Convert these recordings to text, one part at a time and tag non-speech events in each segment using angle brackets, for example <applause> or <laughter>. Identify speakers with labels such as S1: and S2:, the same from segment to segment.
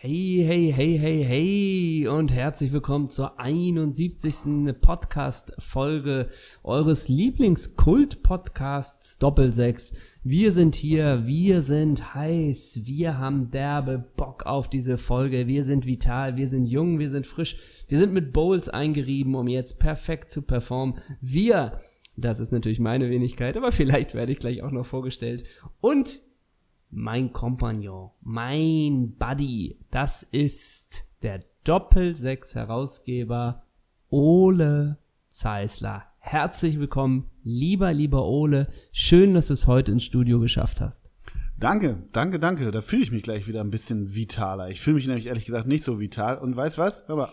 S1: Hey, hey, hey, hey, hey und herzlich willkommen zur 71. Podcast-Folge eures Lieblingskult-Podcasts Doppelsechs. Wir sind hier, wir sind heiß, wir haben derbe Bock auf diese Folge, wir sind vital, wir sind jung, wir sind frisch, wir sind mit Bowls eingerieben, um jetzt perfekt zu performen. Wir, das ist natürlich meine Wenigkeit, aber <laughs> vielleicht werde ich gleich auch noch vorgestellt. Und mein Kompagnon, mein Buddy, das ist der Doppelsechs-Herausgeber Ole Zeisler. Herzlich willkommen, lieber, lieber Ole. Schön, dass du es heute ins Studio geschafft hast.
S2: Danke, danke, danke. Da fühle ich mich gleich wieder ein bisschen vitaler. Ich fühle mich nämlich ehrlich gesagt nicht so vital. Und weißt was? Hör mal.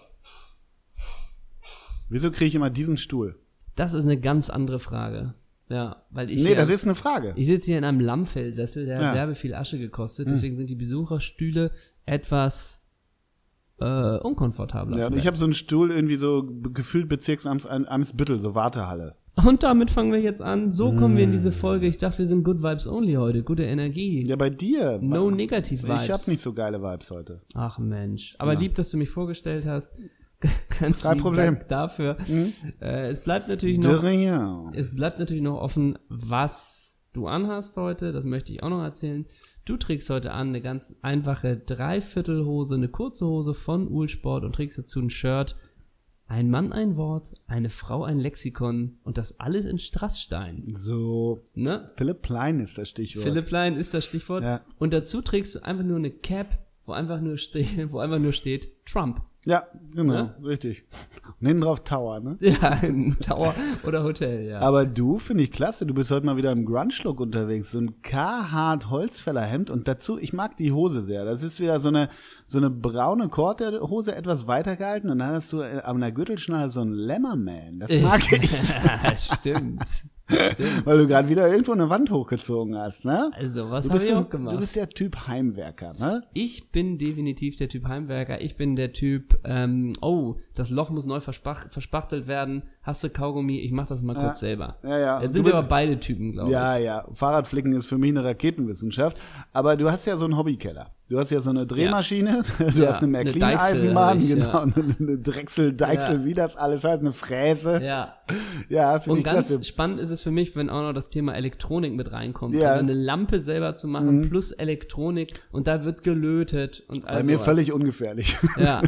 S2: Wieso kriege ich immer diesen Stuhl?
S1: Das ist eine ganz andere Frage. Ja, weil ich.
S2: Nee,
S1: hier-
S2: das ist eine Frage.
S1: Ich sitze hier in einem Lammfellsessel, der
S2: Ja. Hm.
S1: hat derbe viel Asche gekostet. Deswegen sind die Besucherstühle etwas äh, unkomfortabler.
S2: Ja, und ich habe so einen Stuhl irgendwie so be- gefühlt Bezirksamts Am- Amtsbüttel, so Wartehalle.
S1: Und damit fangen wir jetzt an. So kommen wir in diese Folge. Ich dachte, wir sind Good Vibes Only heute. Gute Energie.
S2: Hm. Ja, bei dir.
S1: No negative Vibes.
S2: ich habe nicht so geile Vibes heute.
S1: Ach Mensch. Aber
S2: Ja.
S1: lieb, dass du mich vorgestellt hast. <laughs> Ganz
S2: Kein
S1: lieben
S2: Problem. Hm?
S1: Dank dafür. Äh, es bleibt natürlich noch
S2: Drea.
S1: es bleibt natürlich noch offen, was du anhast heute. Das möchte ich auch noch erzählen. Du trägst heute an eine ganz einfache Dreiviertelhose, eine kurze Hose von Ulsport und trägst dazu ein Shirt. Ein Mann ein Wort, eine Frau ein Lexikon und das alles in Strassstein.
S2: So.
S1: Ne?
S2: Philipp Plein ist das Stichwort.
S1: Philipp Lein ist das Stichwort.
S2: Ja.
S1: Und dazu trägst du einfach nur eine Cap, wo einfach nur, ste <laughs> wo einfach nur steht Trump. <laughs>
S2: Ja, genau,
S1: Ja?
S2: richtig. Und hinten drauf Tower, ne?
S1: Ja, ein Tower oder Hotel, ja.
S2: Aber du finde ich klasse. Du bist heute mal wieder im Grunge-Look unterwegs. So ein Carhartt Holzfällerhemd und dazu, ich mag die Hose sehr. Das ist wieder so eine, so eine braune Korte-Hose, etwas weiter gehalten und dann hast du äh, an der Gürtelschnalle so einen Lämmerman.
S1: <laughs>
S2: Das mag ich,
S1: Stimmt.
S2: weil du gerade wieder irgendwo eine Wand hochgezogen hast, ne?
S1: Also, was
S2: Du
S1: habe
S2: bist,
S1: ich
S2: so,
S1: auch
S2: ein-
S1: gemacht?
S2: du bist der Typ Heimwerker, ne?
S1: Ich bin definitiv der Typ Heimwerker. Ich bin der Typ, ähm, oh, das Loch muss neu verspach verspachtelt werden. Hast du Kaugummi? Ich mach das mal kurz selber.
S2: Ja, ja.
S1: Jetzt
S2: Du
S1: sind
S2: bist-
S1: wir aber beide Typen, glaube ich.
S2: Ja, ja. Fahrradflicken ist für mich eine Raketenwissenschaft. Aber du hast ja so einen Hobbykeller. Du hast ja so eine Drehmaschine, <laughs> du
S1: Ja,
S2: hast eine
S1: eine
S2: Märklin-Eisenbahn,
S1: Deichsel
S2: genau,
S1: hab
S2: eine <laughs> eine Drechsel, Deichsel,
S1: Ja.
S2: wie das alles heißt, eine Fräse.
S1: Ja.
S2: Ja, finde
S1: Und
S2: ich
S1: ganz
S2: klasse.
S1: spannend ist es für mich, wenn auch noch das Thema Elektronik mit reinkommt.
S2: Ja. Mhm.
S1: Also eine Lampe selber zu machen plus Elektronik und da wird gelötet und all
S2: Bei mir
S1: sowas.
S2: völlig ungefährlich. <laughs>
S1: Ja.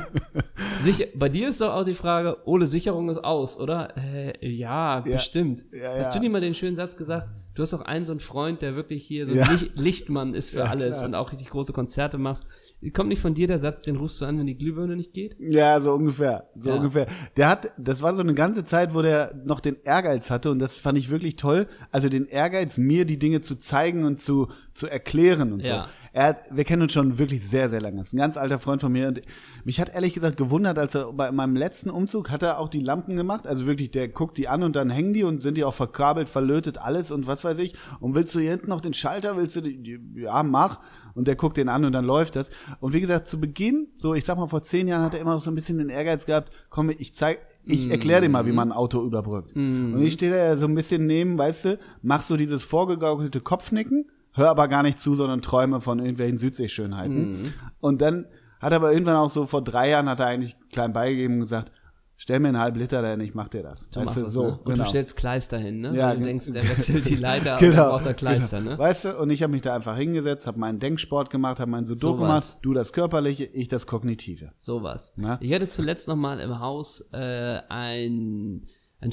S1: Sich, bei dir ist doch auch die Frage, Ole, Sicherung ist aus, oder? Äh, ja, bestimmt.
S2: Ja,
S1: Hast
S2: ja.
S1: du dir mal den schönen Satz gesagt? Du hast doch einen so einen Freund, der wirklich hier so ein
S2: Ja.
S1: Licht, Lichtmann ist für alles und auch richtig große Konzerte machst. Kommt nicht von dir der Satz, den rufst du an, wenn die Glühbirne nicht geht?
S2: Ja, so ungefähr. So
S1: Ja.
S2: ungefähr. Der hat, das war so eine ganze Zeit, wo der noch den Ehrgeiz hatte und das fand ich wirklich toll. Also den Ehrgeiz, mir die Dinge zu zeigen und zu, zu erklären und
S1: Ja.
S2: so. Er hat, wir kennen uns schon wirklich sehr, sehr lange. Ist ein ganz alter Freund von mir und mich hat ehrlich gesagt gewundert, als er bei meinem letzten Umzug hat er auch die Lampen gemacht. Also wirklich, der guckt die an und dann hängen die und sind die auch verkabelt, verlötet, alles und was weiß ich. Und willst du hier hinten noch den Schalter? Willst du, die, die, ja, mach. Und der guckt den an und dann läuft das. Und wie gesagt, zu Beginn, so ich sag mal, vor zehn Jahren hat er immer noch so ein bisschen den Ehrgeiz gehabt, komm, ich zeig, ich erkläre dir mal, wie man ein Auto überbrückt. Und ich stehe da so ein bisschen neben, weißt du, mach so dieses vorgegaukelte Kopfnicken, hör aber gar nicht zu, sondern träume von irgendwelchen Südseeschönheiten.
S1: Mhm.
S2: Und dann hat er aber irgendwann auch so, vor drei Jahren hat er eigentlich klein beigegeben und gesagt, stell mir einen halben Liter dahin, ich mach dir das.
S1: Du machst das, ne? Und du stellst Kleister hin, ne?
S2: genau. Ja,
S1: Wenn du
S2: gen-
S1: denkst, der
S2: <laughs>
S1: wechselt die Leiter und dann
S2: genau.
S1: braucht er Kleister,
S2: genau.
S1: ne?
S2: Weißt du, und ich habe mich da einfach hingesetzt, habe meinen Denksport gemacht, habe meinen Sudoku
S1: Sowas.
S2: gemacht, du das Körperliche, ich das Kognitive.
S1: Sowas.
S2: Na?
S1: Ich hatte zuletzt noch mal im Haus äh, ein, ein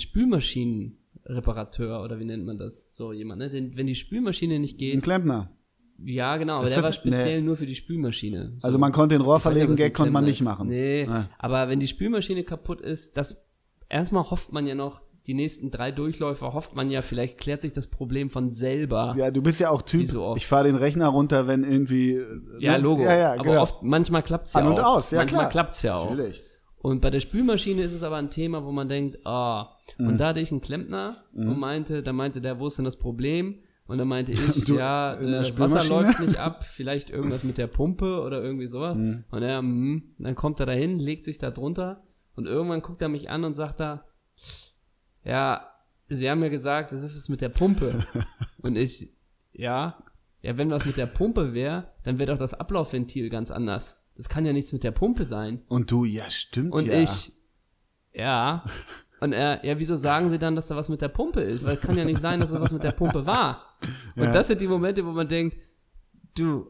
S1: Spülmaschinenreparateur oder wie nennt man das? So jemand, ne? Den, wenn die Spülmaschine nicht
S2: Ein
S1: geht,
S2: Klempner.
S1: ja genau, aber
S2: Ist
S1: der
S2: das-
S1: war speziell nur für die Spülmaschine. So.
S2: Also man konnte den
S1: Ich weiß nicht, ob
S2: Rohrverlegen,
S1: das ein
S2: Gag konnte man
S1: Klempner
S2: nicht
S1: ist.
S2: machen.
S1: Nee,
S2: Ah.
S1: aber wenn die Spülmaschine kaputt ist, das erstmal hofft man ja noch, die nächsten drei Durchläufe hofft man ja, vielleicht klärt sich das Problem von selber.
S2: Ja, du bist ja auch
S1: Wie
S2: Typ,
S1: so oft.
S2: ich fahre den Rechner runter, wenn irgendwie... äh,
S1: Ja,
S2: ne?
S1: Logo.
S2: Ja, ja,
S1: aber
S2: genau.
S1: oft, manchmal klappt's ja
S2: An
S1: auch.
S2: und aus, ja
S1: manchmal
S2: klar.
S1: klappt's ja auch.
S2: Natürlich.
S1: Und bei der Spülmaschine ist es aber ein Thema, wo man denkt, ah.
S2: Mhm.
S1: Und da hatte ich einen Klempner und meinte, da meinte der, wo ist denn das Problem? Und dann
S2: <laughs>
S1: meinte ich,
S2: Du-
S1: ja,
S2: in der
S1: äh, das Wasser
S2: Spülmaschine?
S1: läuft
S2: <laughs>
S1: nicht ab, vielleicht irgendwas mit der Pumpe oder irgendwie sowas.
S2: Mhm.
S1: Und er, hm, dann kommt er dahin, legt sich da drunter und irgendwann guckt er mich an und sagt da, ja, sie haben mir gesagt, das ist es mit der
S2: <laughs>
S1: Pumpe. Und ich, ja, ja, wenn was mit der Pumpe wäre, dann wäre doch das Ablaufventil ganz anders. Das kann ja nichts mit der Pumpe sein.
S2: Und du, ja, stimmt
S1: Und
S2: ja.
S1: ich, ja. Und er, ja, wieso sagen sie dann, dass da was mit der Pumpe ist? Weil kann ja nicht sein, dass da was mit der Pumpe war. Und
S2: Ja.
S1: das sind die Momente, wo man denkt, du,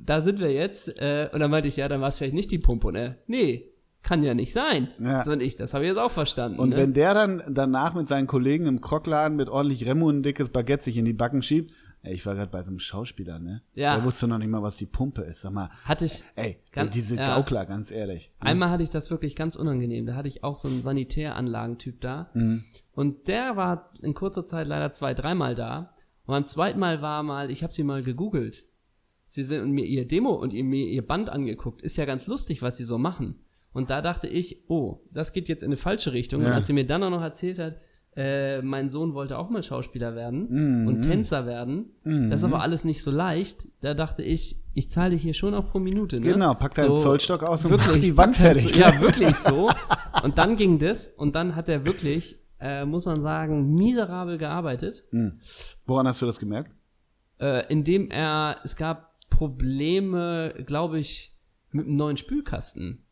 S1: da sind wir jetzt. Äh, und dann meinte ich, ja, dann war es vielleicht nicht die Pumpe. Und er, nee, kann ja nicht sein.
S2: Ja.
S1: So, und ich, das habe ich jetzt auch verstanden.
S2: Und
S1: ne?
S2: wenn der dann danach mit seinen Kollegen im Krockladen mit ordentlich Remo und ein dickes Baguette sich in die Backen schiebt, ey, ich war gerade bei so einem Schauspieler, ne?
S1: Ja.
S2: Der wusste noch nicht mal, was die Pumpe ist. Sag mal,
S1: Hatte ich,
S2: ey,
S1: Ganz-
S2: diese
S1: ja.
S2: Gaukler, ganz ehrlich. ne?
S1: einmal hatte ich das wirklich ganz unangenehm. Da hatte ich auch so einen Sanitäranlagentyp da.
S2: Mhm.
S1: Und der war in kurzer Zeit leider zwei, dreimal da. Und beim zweiten Mal war mal, ich habe sie mal gegoogelt. Sie sind und mir ihr Demo und ihr, mir ihr Band angeguckt. Ist ja ganz lustig, was sie so machen. Und da dachte ich, oh, das geht jetzt in eine falsche Richtung. Und
S2: Ja.
S1: als sie mir dann auch noch erzählt hat, äh, mein Sohn wollte auch mal Schauspieler
S2: Mhm.
S1: werden und Tänzer werden. Das ist aber alles nicht so leicht. Da dachte ich, ich zahle dich hier schon auch pro Minute. Ne?
S2: Genau, pack deinen Zollstock aus und
S1: wirklich,
S2: mach die Wand
S1: pack deinen
S2: fertig.
S1: Zoll- Ja, wirklich so. Und dann ging das und dann hat er wirklich, äh, muss man sagen, miserabel gearbeitet,
S2: Mhm. Woran hast du das gemerkt?
S1: äh, indem er, es gab Probleme, glaube ich, mit einem neuen Spülkasten.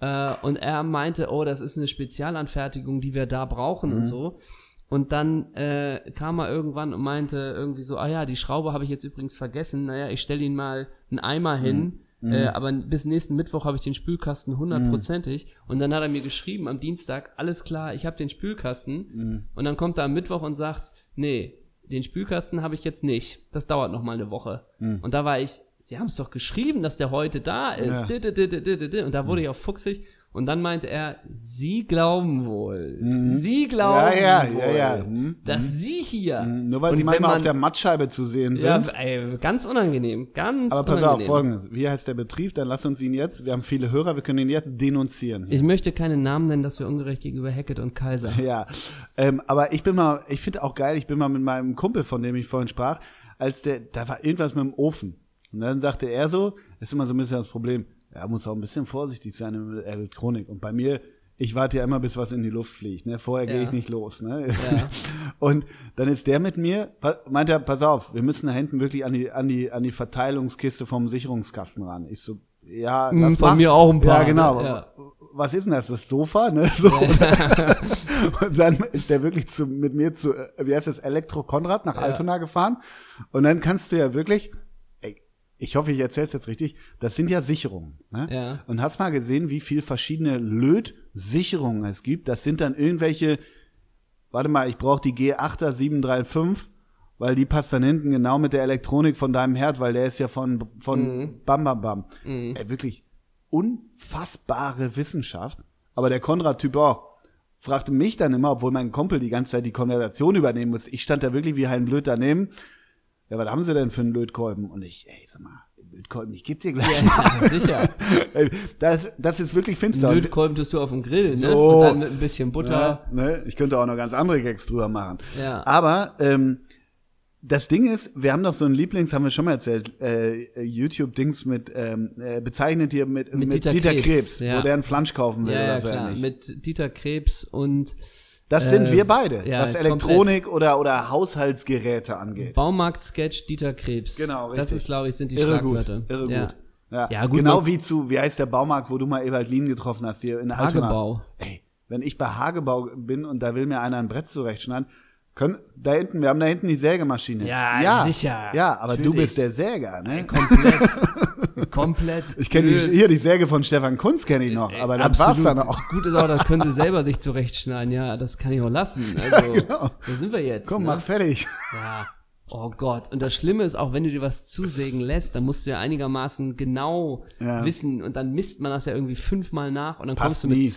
S1: Äh, und er meinte, oh, das ist eine Spezialanfertigung, die wir da brauchen und so. Und dann äh, kam er irgendwann und meinte irgendwie so, ah ja, die Schraube habe ich jetzt übrigens vergessen. Naja, ich stelle ihn mal einen Eimer hin. Äh, aber bis nächsten Mittwoch habe ich den Spülkasten hundertprozentig. Und dann hat er mir geschrieben am Dienstag, alles klar, ich habe den Spülkasten. Und dann kommt er am Mittwoch und sagt, nee, den Spülkasten habe ich jetzt nicht. Das dauert noch mal eine Woche. Und da war ich, sie haben es doch geschrieben, dass der heute da ist.
S2: Ja.
S1: Di- di- di- di- di- di- di. Und da wurde ich auch fuchsig. Und dann meinte er, Sie glauben wohl, Sie glauben
S2: Mhm. Ja, ja,
S1: wohl,
S2: ja, ja. Mhm.
S1: dass Sie hier.
S2: Mhm. Nur weil
S1: Und
S2: sie
S1: wenn
S2: manchmal
S1: man,
S2: auf der Mattscheibe zu sehen sind.
S1: ja, ey, ganz unangenehm, ganz
S2: aber pass auf,
S1: unangenehm.
S2: folgendes. Wie heißt der Betrieb? Dann lass uns ihn jetzt, wir haben viele Hörer, wir können ihn jetzt denunzieren.
S1: Ich möchte keinen Namen nennen, dass wir ungerecht gegenüber Hackett und Kaiser.
S2: <laughs> Ja, ähm, aber ich bin mal, ich finde auch geil, ich bin mal mit meinem Kumpel, von dem ich vorhin sprach, als der, da war irgendwas mit dem Ofen. Und dann sagte er so, ist immer so ein bisschen das Problem, er muss auch ein bisschen vorsichtig sein mit Elektronik. Und bei mir, ich warte ja immer, bis was in die Luft fliegt. Ne? Vorher
S1: Ja.
S2: gehe ich nicht los. Ne?
S1: Ja.
S2: <laughs> Und dann ist der mit mir, pa- meint er, pass auf, wir müssen da hinten wirklich an die, an die, an die Verteilungskiste vom Sicherungskasten ran. Ich so, ja,
S1: Hm,
S2: das
S1: von
S2: macht-
S1: mir auch ein paar,
S2: Ja, genau.
S1: ne? Ja.
S2: Was ist denn das? Das Sofa? Ne? So, <laughs> und dann ist der wirklich zu, mit mir zu, äh, wie heißt das, Elektro Konrad nach Altona gefahren. Und dann kannst du ja wirklich, ey, ich hoffe, ich erzähle es jetzt richtig, das sind ja Sicherungen. Ne?
S1: Ja.
S2: Und hast mal gesehen, wie viel verschiedene Lötsicherungen es gibt? Das sind dann irgendwelche, warte mal, ich brauche die G8er 735, weil die passt dann hinten genau mit der Elektronik von deinem Herd, weil der ist ja von, von Bam Bam Bam. Ey, wirklich unfassbare Wissenschaft. Aber der Konrad-Typ auch fragte mich dann immer, obwohl mein Kumpel die ganze Zeit die Konversation übernehmen musste. Ich stand da wirklich wie ein Blöd daneben. Ja, was haben sie denn für einen Lötkolben? Und ich, ey, sag mal, Lötkolben, ich gib's dir gleich mal.
S1: Ja, sicher.
S2: <laughs> Ey, das, das ist wirklich finster. Und-
S1: Lötkolben tust du auf dem Grill, ne?
S2: So.
S1: Und dann mit ein bisschen Butter.
S2: ja, ne? Ich könnte auch noch ganz andere Gags drüber machen.
S1: Ja.
S2: Aber ähm, das Ding ist, wir haben doch so ein Lieblings, haben wir schon mal erzählt, äh, YouTube-Dings mit, ähm, äh, bezeichnet hier mit,
S1: Mit Dieter Krebs, ja.
S2: wo der einen Flansch kaufen will
S1: Ja, ja,
S2: oder so
S1: klar.
S2: ähnlich.
S1: Mit Dieter Krebs und
S2: Das sind
S1: äh,
S2: wir beide,
S1: ja,
S2: was Elektronik oder, oder Haushaltsgeräte angeht.
S1: Baumarkt-Sketch Dieter Krebs.
S2: Genau, richtig.
S1: Das ist, glaube ich, sind die
S2: Irre gut,
S1: Schlagwörter.
S2: irre
S1: ja.
S2: gut. Ja.
S1: Ja, gut,
S2: genau
S1: man-
S2: wie zu, wie heißt der Baumarkt, wo du mal Ewald Lien getroffen hast, hier in Altona.
S1: Hagebau.
S2: <laughs> Ey, wenn ich bei Hagebau bin und da will mir einer ein Brett zurechtschneiden, können, da hinten, wir haben da hinten die Sägemaschine.
S1: Ja, sicher.
S2: Ja, aber du
S1: Natürlich.
S2: bist der Säger, ne?
S1: Komplett. komplett.
S2: Ich kenne die, hier die Säge von Stefan Kunz kenne ich noch,
S1: Ey,
S2: aber das war's
S1: absolut.
S2: dann auch.
S1: Gut ist auch, das können sie selber sich zurechtschneiden. Ja, das kann ich auch
S2: <laughs>
S1: lassen. Also,
S2: genau.
S1: da sind wir jetzt.
S2: Komm,
S1: ne?
S2: mach fertig.
S1: Ja. Oh Gott. Und das Schlimme ist, auch wenn du dir was zusägen lässt, dann musst du ja einigermaßen genau
S2: Ja.
S1: wissen. Und dann misst man das ja irgendwie fünfmal nach und dann
S2: Passt
S1: kommst du mit
S2: nie.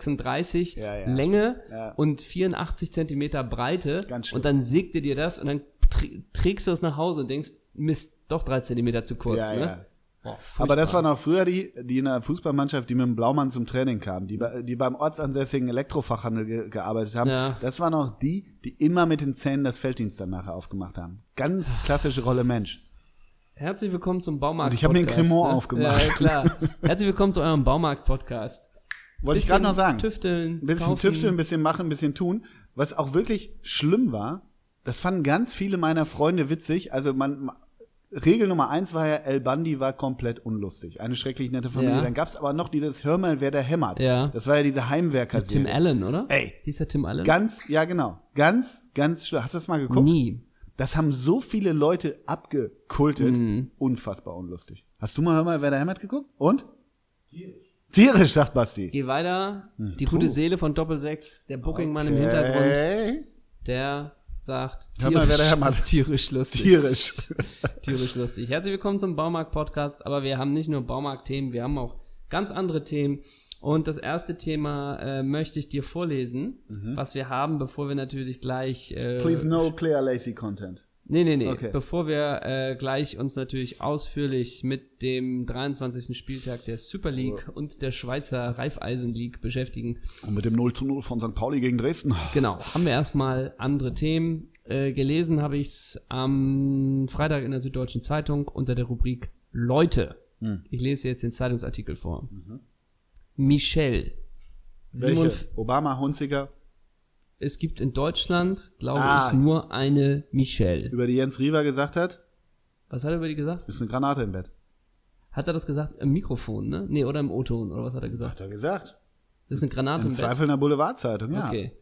S1: 2,36
S2: Ja, ja.
S1: Länge
S2: Ja.
S1: und 84 Zentimeter Breite.
S2: Ganz schlimm.
S1: und dann sägt ihr dir das und dann tr- trägst du es nach Hause und denkst, Mist, doch drei Zentimeter zu kurz.
S2: Ja,
S1: ne?
S2: ja.
S1: Oh,
S2: Aber das
S1: furchtbar.
S2: war noch früher die, die in der Fußballmannschaft, die mit dem Blaumann zum Training kamen, die, bei- die beim ortsansässigen Elektrofachhandel ge gearbeitet haben.
S1: Ja.
S2: Das waren noch die, die immer mit den Zähnen das Felddienst dann nachher aufgemacht haben. Ganz klassische Rolle Mensch.
S1: Herzlich willkommen zum Baumarkt.
S2: Und ich hab mir einen
S1: Podcast,
S2: Cremant aufgemacht.
S1: Ja,
S2: <laughs>
S1: klar. Herzlich willkommen zu eurem Baumarkt-Podcast.
S2: Wollte ich gerade noch sagen.
S1: Tüfteln.
S2: Ein bisschen
S1: kaufen.
S2: tüfteln, ein bisschen machen, ein bisschen tun. Was auch wirklich schlimm war, das fanden ganz viele meiner Freunde witzig. Also man, Regel Nummer eins war ja, El Bandi war komplett unlustig. Eine schrecklich nette Familie.
S1: Ja.
S2: Dann gab's aber noch dieses Hör mal, wer da hämmert.
S1: Ja.
S2: Das war ja diese heimwerker
S1: Mit Tim Allen, oder?
S2: Ey.
S1: Hieß der Tim Allen?
S2: Ganz, ja genau. Ganz, ganz schlimm. Hast du das mal geguckt?
S1: Nie.
S2: Das haben so viele Leute abgekultet.
S1: Mhm.
S2: Unfassbar unlustig. Hast du mal Hör mal, wer da hämmert geguckt? Und? Tierisch. Tierisch, sagt Basti.
S1: Geh weiter. Die gute
S2: Hm. Puh.
S1: Seele von Doppelsechs, der Booking-Mann im Hintergrund,
S2: Hey.
S1: der sagt
S2: Hör mal, wer da hämmert.
S1: tierisch lustig.
S2: Tierisch.
S1: <laughs> tierisch lustig. Herzlich willkommen zum Baumarkt-Podcast, aber wir haben nicht nur Baumarkt-Themen, wir haben auch ganz andere Themen. Und das erste Thema äh, möchte ich dir vorlesen, was wir haben, bevor wir natürlich gleich äh,
S2: Mhm. Please no clear lazy content.
S1: Nee, nee, nee.
S2: Okay.
S1: Bevor wir äh, gleich uns natürlich ausführlich mit dem 23. Spieltag der Super League und der Schweizer Raiffeisen League beschäftigen,
S2: Und mit dem 0 zu 0 von St. Pauli gegen Dresden.
S1: genau, haben wir erstmal andere Themen. Äh, gelesen habe ich es am Freitag in der Süddeutschen Zeitung unter der Rubrik Leute.
S2: Hm. Mhm.
S1: Ich lese jetzt den Zeitungsartikel vor. Michel.
S2: Welche?
S1: Simon-
S2: Obama, Hunziker,
S1: Es gibt in Deutschland, glaube
S2: Ah.
S1: ich, nur eine Michelle.
S2: über die Jens Riewer gesagt hat,
S1: Was hat er über die gesagt?
S2: ist eine Granate im Bett.
S1: Hat er das gesagt im Mikrofon, ne? Nee, oder im O-Ton, oder was hat er gesagt?
S2: Hat er gesagt.
S1: Das ist eine Granate
S2: Im
S1: im Bett.
S2: Zweifel in der Boulevardzeitung, ja.
S1: Okay.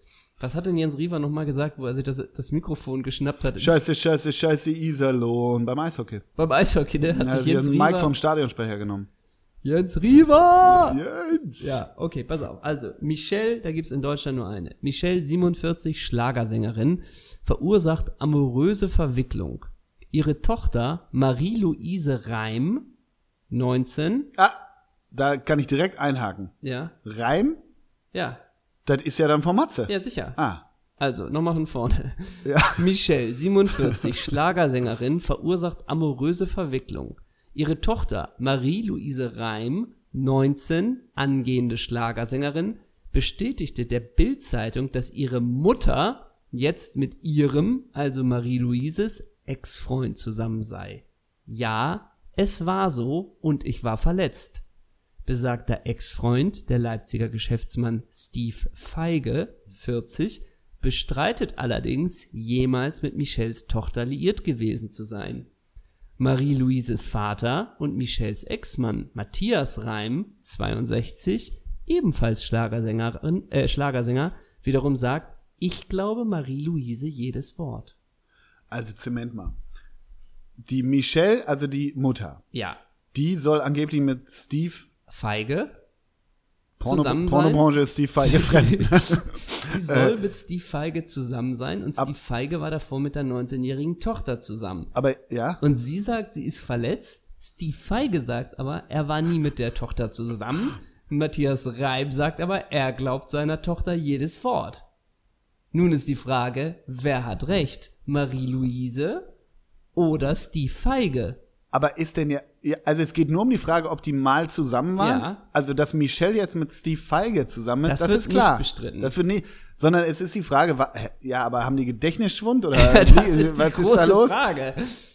S1: Was hat denn Jens Riewer nochmal gesagt, wo er sich das, das Mikrofon geschnappt hat?
S2: Scheiße, scheiße, scheiße, Iserlohn beim Eishockey.
S1: Beim Eishockey, ne? Hat
S2: Na,
S1: sich
S2: wir
S1: Jens
S2: haben Mike
S1: Riewer...
S2: vom Stadionsprecher genommen.
S1: Jens Riewer!
S2: Jens!
S1: Ja, okay, pass auf. Also, Michelle, da gibt's in Deutschland nur eine. Michelle, 47, Schlagersängerin, verursacht amoröse Verwicklung. Ihre Tochter, Marie-Louise Reim, 19,
S2: Ah, da kann ich direkt einhaken.
S1: ja,
S2: Reim,
S1: ja,
S2: das ist ja dann von Matze.
S1: ja, sicher.
S2: Ah,
S1: Also, nochmal von vorne.
S2: Ja.
S1: Michelle, 47, Schlagersängerin, verursacht amoröse Verwicklung. Ihre Tochter Marie-Louise Reim, 19, angehende Schlagersängerin, bestätigte der Bild-Zeitung, dass ihre Mutter jetzt mit ihrem, also Marie-Louises, Ex-Freund zusammen sei. Ja, es war so und ich war verletzt. Besagter Ex-Freund, der Leipziger Geschäftsmann Steve Feige, 40, bestreitet allerdings, jemals mit Michels Tochter liiert gewesen zu sein. Marie-Louises Vater und Michels Ex-Mann Matthias Reim, 62, ebenfalls Schlagersängerin, äh, Schlagersänger, wiederum sagt, ich glaube Marie-Louise jedes Wort.
S2: also Zement mal. Die Michelle, also die Mutter,
S1: Ja,
S2: die soll angeblich mit Steve,
S1: Feige,
S2: Porno,
S1: Zusammen sein?
S2: Pornobranche ist Steve
S1: <laughs>
S2: Feige fremd. <laughs> Äh,
S1: Die soll mit Steve Feige zusammen sein und Steve Feige war davor mit der 19-jährigen Tochter zusammen.
S2: Aber ja,
S1: Und sie sagt, sie ist verletzt. Steve Feige sagt aber, er war nie mit der Tochter zusammen. Matthias Reib sagt aber, er glaubt seiner Tochter jedes Wort. Nun ist die Frage, wer hat recht? Marie-Louise oder Steve Feige? <laughs>
S2: aber ist denn ja, ja, also es geht nur um die Frage, ob die mal zusammen waren.
S1: Ja.
S2: Also, dass Michelle jetzt mit Steve Feige zusammen ist,
S1: Das
S2: das,
S1: wird
S2: ist klar.
S1: nicht bestritten.
S2: Das wird nicht, sondern es ist die Frage, wa- hä, ja, aber haben die Gedächtnisschwund oder
S1: <laughs> Das
S2: Äh, wie,
S1: ist die
S2: was
S1: große
S2: ist da los?
S1: Frage.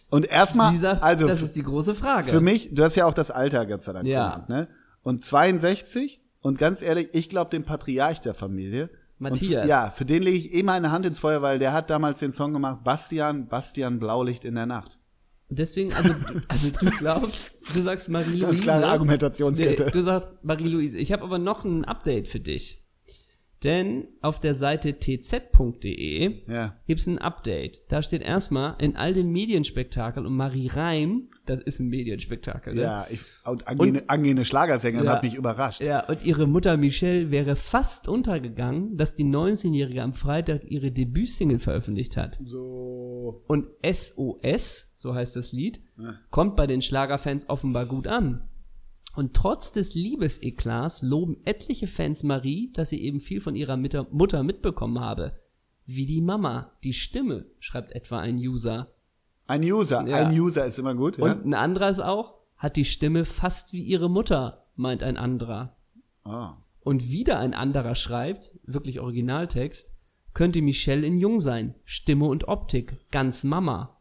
S2: Und erstmal,
S1: Sie sagt,
S2: also
S1: das ist die große Frage.
S2: für mich, du hast ja auch das Alter, Gott sei Dank,
S1: Ja.
S2: genannt, ne? Und 62 und ganz ehrlich, ich glaube dem Patriarch der Familie.
S1: Matthias.
S2: Und, ja, für den lege ich eh meine Hand ins Feuer, weil der hat damals den Song gemacht, Bastian, Bastian Blaulicht in der Nacht.
S1: Deswegen, also, du- also du glaubst, du sagst
S2: Ganz
S1: Marie-Louise.
S2: klare Argumentationskette.
S1: Nee, du sagst Marie-Louise. Ich habe aber noch ein Update für dich. Denn auf der Seite tz.de
S2: Ja.
S1: E gibt's ein Update. Da steht erstmal, in all dem Medienspektakel und Marie Reim, das ist ein Medienspektakel. ne?
S2: Ja, ich, und angehende, angehende Schlagersängerin
S1: Ja.
S2: hat mich überrascht.
S1: Ja, und ihre Mutter Michelle wäre fast untergegangen, dass die 19-Jährige am Freitag ihre Debütsingle veröffentlicht hat.
S2: So.
S1: Und SOS, so heißt das Lied,
S2: Ja.
S1: kommt bei den Schlagerfans offenbar gut an. Und trotz des Liebeseklats loben etliche Fans Marie, dass sie eben viel von ihrer Mitter- Mutter mitbekommen habe. Wie die Mama, die Stimme, schreibt etwa ein User.
S2: Ein User,
S1: Ja.
S2: ein User ist immer gut, ja?
S1: Und ein anderer ist auch, hat die Stimme fast wie ihre Mutter, meint ein anderer.
S2: Ah.
S1: Und wieder ein anderer schreibt, wirklich Originaltext, könnte Michelle in Jung sein, Stimme und Optik, ganz Mama.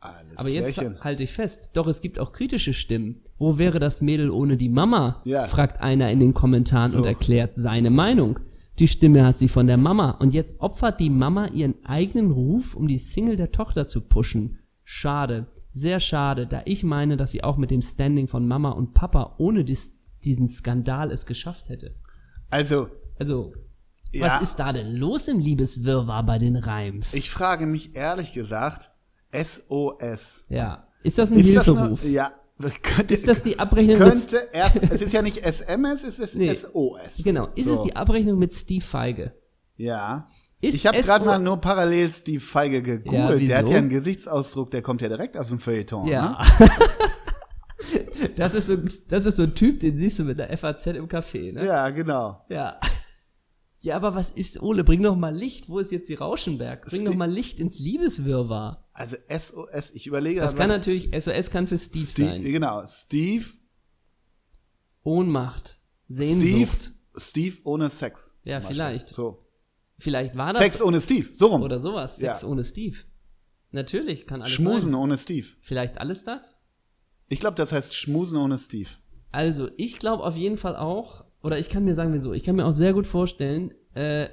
S2: Alles
S1: Aber jetzt
S2: Klärchen.
S1: halte ich fest. Doch es gibt auch kritische Stimmen. Wo wäre das Mädel ohne die Mama?
S2: Ja.
S1: fragt einer in den Kommentaren
S2: So.
S1: und erklärt seine Meinung. Die Stimme hat sie von der Mama. Und jetzt opfert die Mama ihren eigenen Ruf, um die Single der Tochter zu pushen. Schade. Sehr schade, da ich meine, dass sie auch mit dem Standing von Mama und Papa ohne dis, diesen Skandal es geschafft hätte.
S2: Also,
S1: Also,
S2: Ja.
S1: was ist da denn los im Liebeswirrwarr bei den Reims?
S2: ich frage mich ehrlich gesagt, SOS.
S1: ja. Ist das ein
S2: Ist das
S1: Hilferuf?
S2: eine, ja, <laughs> könnte,
S1: ist das die Abrechnung mit,
S2: könnte erst, es ist ja nicht SMS, es ist
S1: Nee.
S2: SOS.
S1: genau, ist es die Abrechnung mit Steve Feige?
S2: Ja.
S1: Ist
S2: ich habe gerade
S1: SO
S2: mal nur parallel die Feige gegoogelt.
S1: Ja, wieso?
S2: der hat ja einen Gesichtsausdruck, der kommt ja direkt aus dem Feuilleton.
S1: Ja.
S2: Ne?
S1: das, ist so, das ist so ein Typ, den siehst du mit der FAZ im Café, ne?
S2: ja, genau.
S1: Ja. Ja, aber was ist Ole? Bring doch mal Licht. Wo ist jetzt die Rauschenberg? Bring doch
S2: Steve-
S1: mal Licht ins Liebeswirrwarr.
S2: Also SOS, ich überlege
S1: Das
S2: gerade,
S1: kann
S2: was-
S1: natürlich, SOS kann für Steve,
S2: Steve,
S1: sein.
S2: genau, Steve,
S1: Ohnmacht,
S2: Steve,
S1: Sehnsucht.
S2: Steve ohne Sex. zum
S1: Ja,
S2: Beispiel.
S1: vielleicht.
S2: So.
S1: Vielleicht war das
S2: Sex ohne Steve, so rum.
S1: oder sowas. Sex
S2: Ja.
S1: ohne Steve. Natürlich kann alles
S2: Schmusen
S1: sein.
S2: ohne Steve.
S1: Vielleicht alles das?
S2: Ich glaube, das heißt Schmusen ohne Steve.
S1: Also, ich glaube auf jeden Fall auch, oder ich kann mir sagen, wieso, ich kann mir auch sehr gut vorstellen, äh,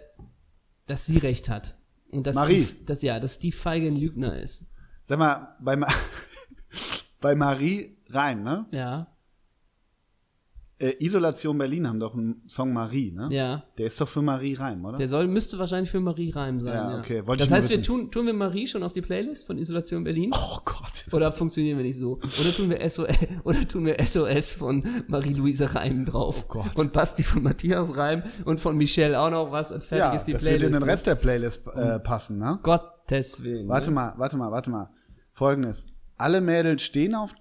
S1: dass sie recht hat. Und dass
S2: Marie.
S1: Steve, dass, ja, dass Steve Feige ein Lügner ist.
S2: Sag mal, bei, Ma <laughs> bei Marie rein, ne?
S1: Ja,
S2: Äh, Isolation Berlin haben doch einen Song Marie, ne?
S1: ja.
S2: Der ist doch für Marie rein, oder?
S1: Der soll, müsste wahrscheinlich für Marie Reim sein.
S2: Ja,
S1: Ja,
S2: okay, wollte
S1: das
S2: ich nur
S1: heißt, wir
S2: wissen.
S1: tun, tun wir Marie schon auf die Playlist von Isolation Berlin?
S2: oh Gott.
S1: Oder funktionieren wir nicht so? Oder tun wir SOS, <laughs> oder tun wir SOS von Marie-Louise Reim drauf?
S2: Oh Gott.
S1: Und Basti von Matthias Reim und von Michelle auch noch was und fertig
S2: Ja,
S1: ist die
S2: das
S1: Playlist.
S2: wird in den
S1: ne? Mhm.
S2: Rest der Playlist äh, passen, ne?
S1: Gottes Willen.
S2: Warte
S1: ne?
S2: mal, warte mal, warte mal. Folgendes. Alle Mädels stehen auf,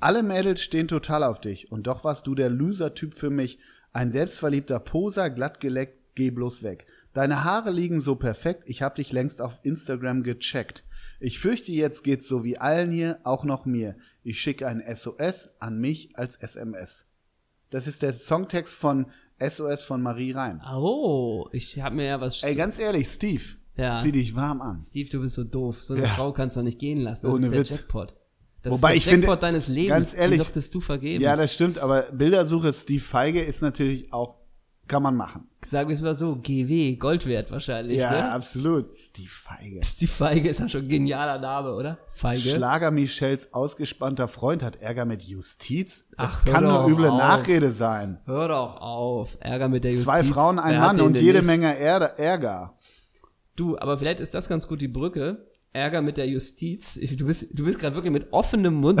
S2: alle Mädels stehen total auf dich. Und doch warst du der Loser-Typ für mich. Ein selbstverliebter Poser, glattgeleckt, geh bloß weg. Deine Haare liegen so perfekt, ich hab dich längst auf Instagram gecheckt. Ich fürchte, jetzt geht's so wie allen hier, auch noch mir. Ich schicke ein SOS an mich als SMS. Das ist der Songtext von SOS von Marie Reim.
S1: Oh, ich habe mir ja was.
S2: Ey, ganz ehrlich, Steve,
S1: Ja.
S2: zieh dich warm an.
S1: Steve, du bist so doof. So eine
S2: Ja.
S1: Frau kannst du doch nicht gehen lassen. Das
S2: Ohne
S1: ist der
S2: Witz.
S1: Jackpot. Das
S2: Wobei
S1: ist
S2: ich
S1: der
S2: finde-
S1: Jackpot deines Lebens.
S2: ganz ehrlich-
S1: Die solltest du vergeben.
S2: Ja, das stimmt, aber Bildersuche Steve Feige ist natürlich auch, kann man machen.
S1: Sagen wir es mal so, GW, Gold wert wahrscheinlich.
S2: ja,
S1: ne?
S2: absolut. Steve Feige.
S1: Steve Feige ist ja schon ein genialer Name, oder? Feige.
S2: Schlager Michels ausgespannter Freund hat Ärger mit Justiz. Das
S1: Ach, hör
S2: kann
S1: doch
S2: nur üble
S1: auf.
S2: Nachrede sein.
S1: Hör doch auf. Ärger mit der Justiz.
S2: Zwei Frauen, ein
S1: Wer hat
S2: Mann
S1: den
S2: und
S1: denn
S2: jede
S1: nicht?
S2: Menge Ärger- Ärger.
S1: Du, aber vielleicht ist das ganz gut die Brücke. Ärger mit der Justiz. Ich- Du bist, du bist gerade wirklich mit offenem Mund <laughs>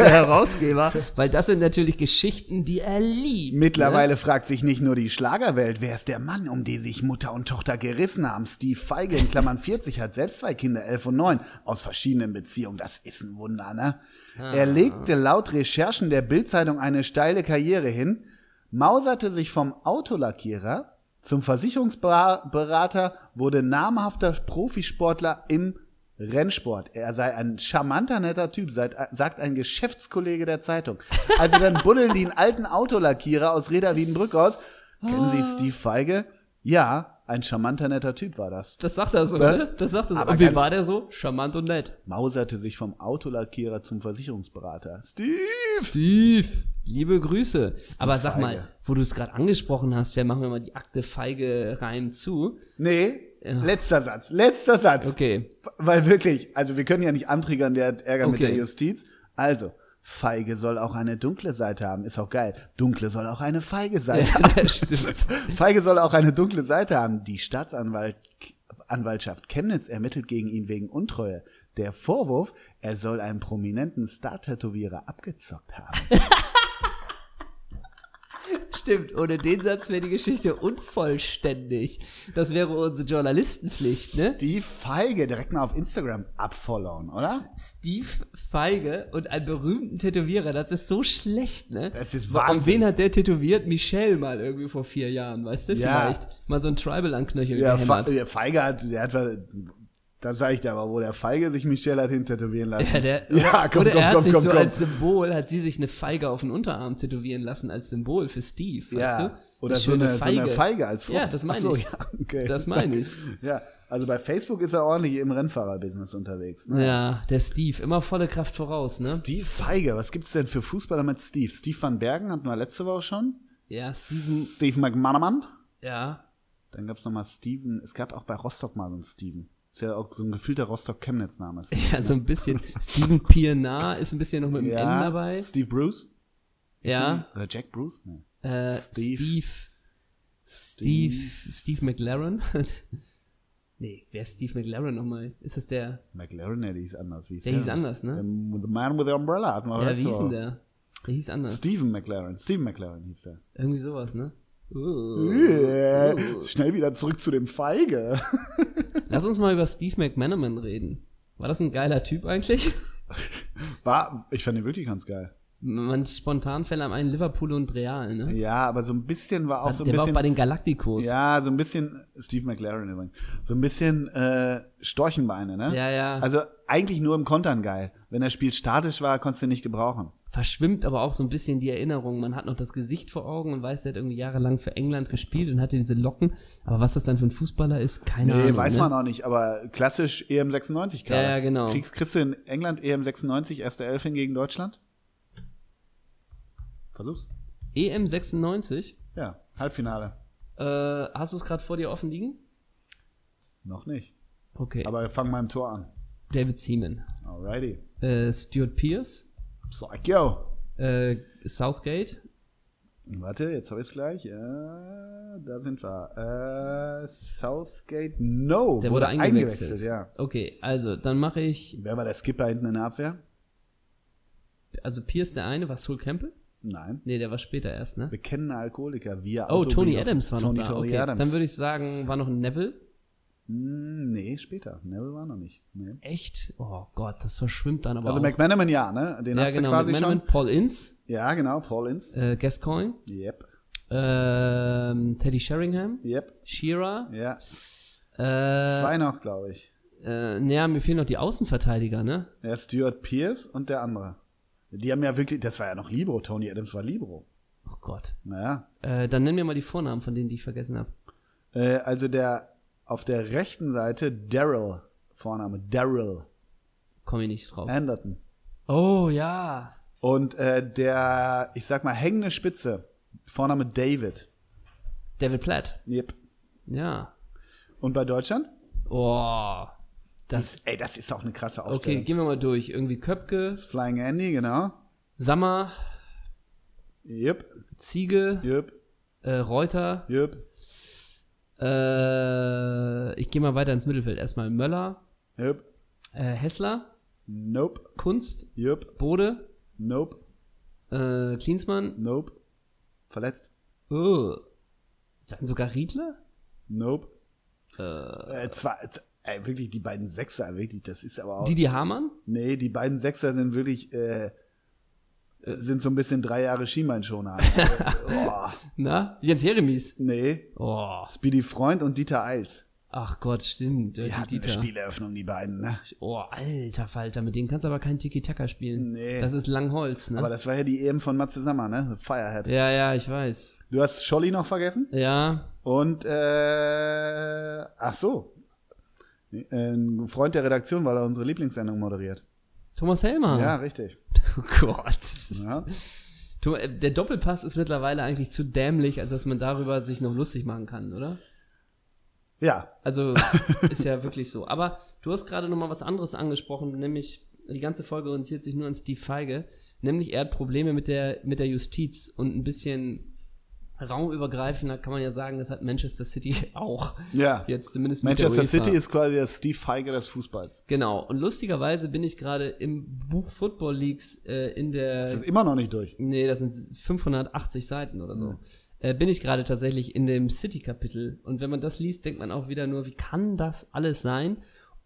S1: der Herausgeber, weil das sind natürlich Geschichten, die er liebt. ne?
S2: Mittlerweile fragt sich nicht nur die Schlagerwelt, wer ist der Mann, um den sich Mutter und Tochter gerissen haben. Steve Feige in Klammern 40 hat selbst zwei Kinder, 11 und 9, aus verschiedenen Beziehungen. Das ist ein Wunder, ne? Er legte laut Recherchen der Bildzeitung eine steile Karriere hin, mauserte sich vom Autolackierer zum Versicherungsberater, wurde namhafter Profisportler im Rennsport. Er sei ein charmanter, netter Typ, seit, sagt ein Geschäftskollege der Zeitung. Also dann buddeln die einen alten Autolackierer aus Reda Wiedenbrück aus. Kennen
S1: Ah.
S2: Sie Steve Feige? Ja, ein charmanter, netter Typ war das.
S1: Das sagt er so,
S2: Ne?
S1: ne? Das sagt er so.
S2: Aber
S1: und wie
S2: ganz-
S1: war der so? Charmant und nett.
S2: Mauserte sich vom Autolackierer zum Versicherungsberater. Steve!
S1: Steve, liebe Grüße. Aber sag
S2: Feige.
S1: mal, wo du es gerade angesprochen hast, ja, machen wir mal die Akte Feige Reim zu.
S2: Nee,
S1: Ja.
S2: letzter Satz, letzter Satz.
S1: Okay.
S2: Weil wirklich, also wir können ja nicht anträgern, der hat Ärger mit
S1: Okay.
S2: der Justiz. Also, Feige soll auch eine dunkle Seite haben, ist auch geil. Dunkle soll auch eine feige Seite
S1: Ja,
S2: haben.
S1: <laughs> das stimmt.
S2: <laughs> Feige soll auch eine dunkle Seite haben. Die Staatsanwaltschaft Chemnitz ermittelt gegen ihn wegen Untreue. Der Vorwurf, er soll einen prominenten Star-Tätowierer
S1: <laughs>
S2: abgezockt haben.
S1: Stimmt, ohne den Satz wäre die Geschichte unvollständig. Das wäre unsere Journalistenpflicht, ne?
S2: Die Feige direkt mal auf Instagram abfollowen, oder?
S1: Steve Feige und einen berühmten Tätowierer, das ist so schlecht, ne?
S2: Das ist
S1: Und
S2: Wahnsinn.
S1: wen hat der tätowiert? Michelle mal irgendwie vor vier Jahren, weißt du?
S2: Ja.
S1: Vielleicht mal so ein Tribal an Knöchel
S2: Ja,
S1: gehämmert.
S2: Fe- ja, Feige hat, der hat, was- da sag ich dir aber, wo der Feige sich Michelle hat hintätowieren lassen.
S1: Ja, der,
S2: <laughs> ja komm,
S1: oder
S2: komm,
S1: er hat
S2: komm,
S1: sich
S2: komm,
S1: so
S2: komm.
S1: als Symbol, hat sie sich eine Feige auf den Unterarm tätowieren lassen als Symbol für Steve, weißt du?
S2: ja. Oder
S1: Eine
S2: so
S1: schöne
S2: eine, Feige. so eine Feige als Frucht.
S1: Ja, das meine
S2: Ach so,
S1: ich.
S2: Ja, okay.
S1: Das meine ich.
S2: <laughs> Ja, also bei Facebook ist er ordentlich im Rennfahrerbusiness unterwegs. Ne?
S1: Ja, der Steve, immer volle Kraft voraus, ne?
S2: Steve Feige, was gibt's denn für Fußballer mit Steve? Steve van Bergen hatten wir letzte Woche schon.
S1: Ja, Steven,
S2: Steve McManaman.
S1: ja. <laughs>
S2: Dann gab's nochmal Steven. Es gab auch bei Rostock mal so einen Steven. Ist ja auch so ein gefühlter Rostock-Chemnitz-Name. ist.
S1: Ja, so ein bisschen. Steven Pienaar ist ein bisschen noch mit dem N dabei.
S2: Steve Bruce?
S1: Ja.
S2: Oder Jack Bruce? Nee.
S1: Äh,
S2: Steve.
S1: Steve. Steve. Steve McLaren. <laughs> nee, wer ist Steve McLaren nochmal? Ist das der?
S2: McLaren, nee, der hieß anders. Wie hieß
S1: Der hieß anders, ne?
S2: Der, Ähm, the Man with the Umbrella. Hatten wir
S1: ja,
S2: letzte
S1: wie hieß denn
S2: Woche.
S1: der? Der hieß anders.
S2: Steven McLaren. Steven McLaren hieß der.
S1: Irgendwie sowas, ne? Uh.
S2: Äh, Schnell wieder zurück zu dem Feige.
S1: Lass uns mal über Steve McManaman reden. War das ein geiler Typ eigentlich?
S2: War, ich fand den wirklich ganz geil.
S1: Man spontan fällt einem ein Liverpool und Real, ne?
S2: Ja, aber so ein bisschen war auch so ein
S1: der war auch
S2: bisschen.
S1: bei den Galacticos.
S2: ja, so ein bisschen, Steve McLaren übrigens, so ein bisschen äh, Storchenbeine, ne?
S1: ja. ja.
S2: Also eigentlich nur im Kontern geil. Wenn das Spiel statisch war, konntest du ihn nicht gebrauchen.
S1: verschwimmt aber auch so ein bisschen die Erinnerung. Man hat noch das Gesicht vor Augen und weiß, der hat irgendwie jahrelang für England gespielt und hatte diese Locken. Aber was das dann für ein Fußballer ist, keine
S2: Nee,
S1: Ahnung.
S2: weiß
S1: ne?
S2: man auch nicht, aber klassisch EM96 gerade.
S1: Ja, ja, genau.
S2: Kriegst, kriegst du in England EM96 erste Elf hin gegen Deutschland? Versuch's.
S1: EM 96.
S2: Ja, Halbfinale.
S1: Äh, hast du es gerade vor dir offen liegen?
S2: Noch nicht.
S1: Okay.
S2: Aber fang mal im Tor an.
S1: David Seaman.
S2: Alrighty.
S1: Äh, Stuart Pierce.
S2: Psycho.
S1: Äh, Southgate.
S2: Warte, jetzt habe ich gleich. Äh, da sind wir. Äh, Southgate, no.
S1: Der wurde eingewechselt.
S2: ja.
S1: Okay, also dann mache ich.
S2: Wer war der Skipper hinten in der Abwehr?
S1: Also Pierce der eine, war Sol Campbell?
S2: Nein.
S1: Nee, der war später erst, ne?
S2: Bekennender Alkoholiker. Wir
S1: Oh,
S2: Autobiograf-
S1: Tony Adams war noch
S2: Tony
S1: da.
S2: Tony
S1: okay.
S2: Adams.
S1: Dann würde ich sagen, war noch ein Neville.
S2: Hm, nee, später. Neville war noch nicht. Nee.
S1: Echt? Oh Gott, das verschwimmt dann aber
S2: Also
S1: auch.
S2: McManaman ja, ne? Den
S1: ja,
S2: hast
S1: genau.
S2: du quasi
S1: McManaman,
S2: schon.
S1: Paul Ince.
S2: Ja, genau. Paul Ince.
S1: äh, Gascoigne,
S2: Yep.
S1: ähm, Teddy Sheringham,
S2: Yep.
S1: Shearer.
S2: Ja.
S1: Äh,
S2: Zwei noch, glaube ich.
S1: äh, naja, mir fehlen noch die Außenverteidiger, ne?
S2: Ja, Stuart Pierce und der andere. Die haben ja wirklich, das war ja noch Libro. Tony Adams war Libro.
S1: Oh Gott.
S2: Naja,
S1: Äh, dann nenn mir mal die Vornamen von denen, die ich vergessen habe.
S2: Äh, also der auf der rechten Seite Daryl, Vorname Daryl
S1: Komme ich nicht drauf.
S2: Anderton.
S1: Oh ja.
S2: Und äh, der, ich sag mal, hängende Spitze, Vorname David.
S1: David Platt.
S2: Yep.
S1: Ja.
S2: Und bei Deutschland?
S1: Oh. Das.
S2: Ey, das ist auch eine krasse
S1: Okay,
S2: Aufstellung.
S1: gehen wir mal durch. Irgendwie Köpke,
S2: Flying Andy, genau.
S1: Sammer,
S2: Yep,
S1: Ziege,
S2: yep,
S1: äh, Reuter.
S2: yep,
S1: Äh, ich gehe mal weiter ins Mittelfeld. Erstmal Möller,
S2: yep,
S1: äh, Hessler,
S2: nope,
S1: Kunst,
S2: yep,
S1: Bode,
S2: nope,
S1: äh, Klinsmann,
S2: nope. Verletzt?
S1: Oh. Dann sogar Riedler?
S2: Nope. Äh, zwar, z- ey, wirklich, die beiden Sechser, wirklich, das ist aber auch...
S1: Didi Hamann?
S2: Nee, die beiden Sechser sind wirklich, äh, sind so ein bisschen drei Jahre Schienbeinschoner. <laughs> Boah,
S1: Na? Jens Jeremies?
S2: nee,
S1: Oh.
S2: Speedy Freund und Dieter Eils.
S1: Ach Gott, stimmt.
S2: Die
S1: Dirty
S2: hatten eine
S1: Dieter.
S2: Spieleröffnung, die beiden, ne?
S1: Oh, alter Falter, mit denen kannst du aber kein Tiki-Taka spielen.
S2: Nee.
S1: Das ist Langholz, ne?
S2: Aber das war ja die EM von Matze Sammer, ne? Firehead.
S1: ja, ja, ich weiß.
S2: Du hast Scholli noch vergessen?
S1: Ja,
S2: Und, äh, ach so. Nee, äh, Ein Freund der Redaktion, weil er unsere Lieblingssendung moderiert.
S1: Thomas Helmer.
S2: Ja, richtig.
S1: <laughs> Oh Gott.
S2: Ja.
S1: Du, äh, Der Doppelpass ist mittlerweile eigentlich zu dämlich, als dass man darüber sich noch lustig machen kann, oder?
S2: ja, <laughs>
S1: Also ist ja wirklich so. Aber du hast gerade noch mal was anderes angesprochen, nämlich die ganze Folge orientiert sich nur an Steve Feige, nämlich er hat Probleme mit der mit der Justiz und ein bisschen raumübergreifender kann man ja sagen, das hat Manchester City <laughs> auch.
S2: ja.
S1: Jetzt zumindest mit der
S2: Manchester
S1: UEFA.
S2: City ist quasi der Steve Feige des Fußballs.
S1: genau. Und lustigerweise bin ich gerade im Buch Football Leagues äh, in
S2: Das
S1: der
S2: ist immer noch nicht durch.
S1: Nee, das sind 580 Seiten oder so. Äh, bin ich gerade tatsächlich in dem City-Kapitel. Und wenn man das liest, denkt man auch wieder nur, wie kann das alles sein?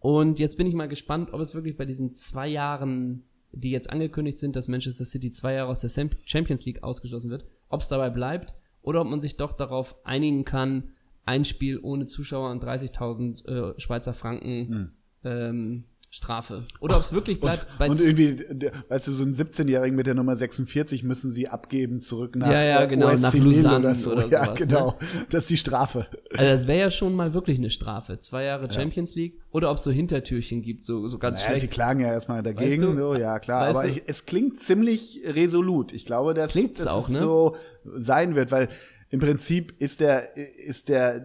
S1: Und jetzt bin ich mal gespannt, ob es wirklich bei diesen zwei Jahren, die jetzt angekündigt sind, dass Manchester City zwei Jahre aus der Sam- Champions League ausgeschlossen wird, ob es dabei bleibt oder ob man sich doch darauf einigen kann, ein Spiel ohne Zuschauer und 30.000 äh, Schweizer Franken ähm, Strafe. Oder ob es wirklich bleibt
S2: Hm. Und,
S1: bei
S2: und
S1: z-
S2: irgendwie, der- weißt du, so einen 17-Jährigen mit der Nummer 46 müssen sie abgeben, zurück nach,
S1: Ja, ja,
S2: äh,
S1: genau, nach
S2: Lille
S1: Lausanne
S2: oder so.
S1: oder
S2: ja,
S1: sowas, ne?
S2: genau. Das ist die Strafe.
S1: Also das wäre ja schon mal wirklich eine Strafe. Zwei Jahre Champions League oder ob es so Hintertürchen gibt, so, so ganz
S2: Naja, sie
S1: schlecht.
S2: klagen ja erstmal dagegen,
S1: Weißt du?
S2: so, ja klar.
S1: Weißt
S2: aber
S1: du?
S2: ich, es klingt ziemlich resolut. Ich glaube, dass,
S1: Klingt's
S2: dass
S1: auch,
S2: es
S1: ne?
S2: so sein wird, weil im Prinzip ist der, ist der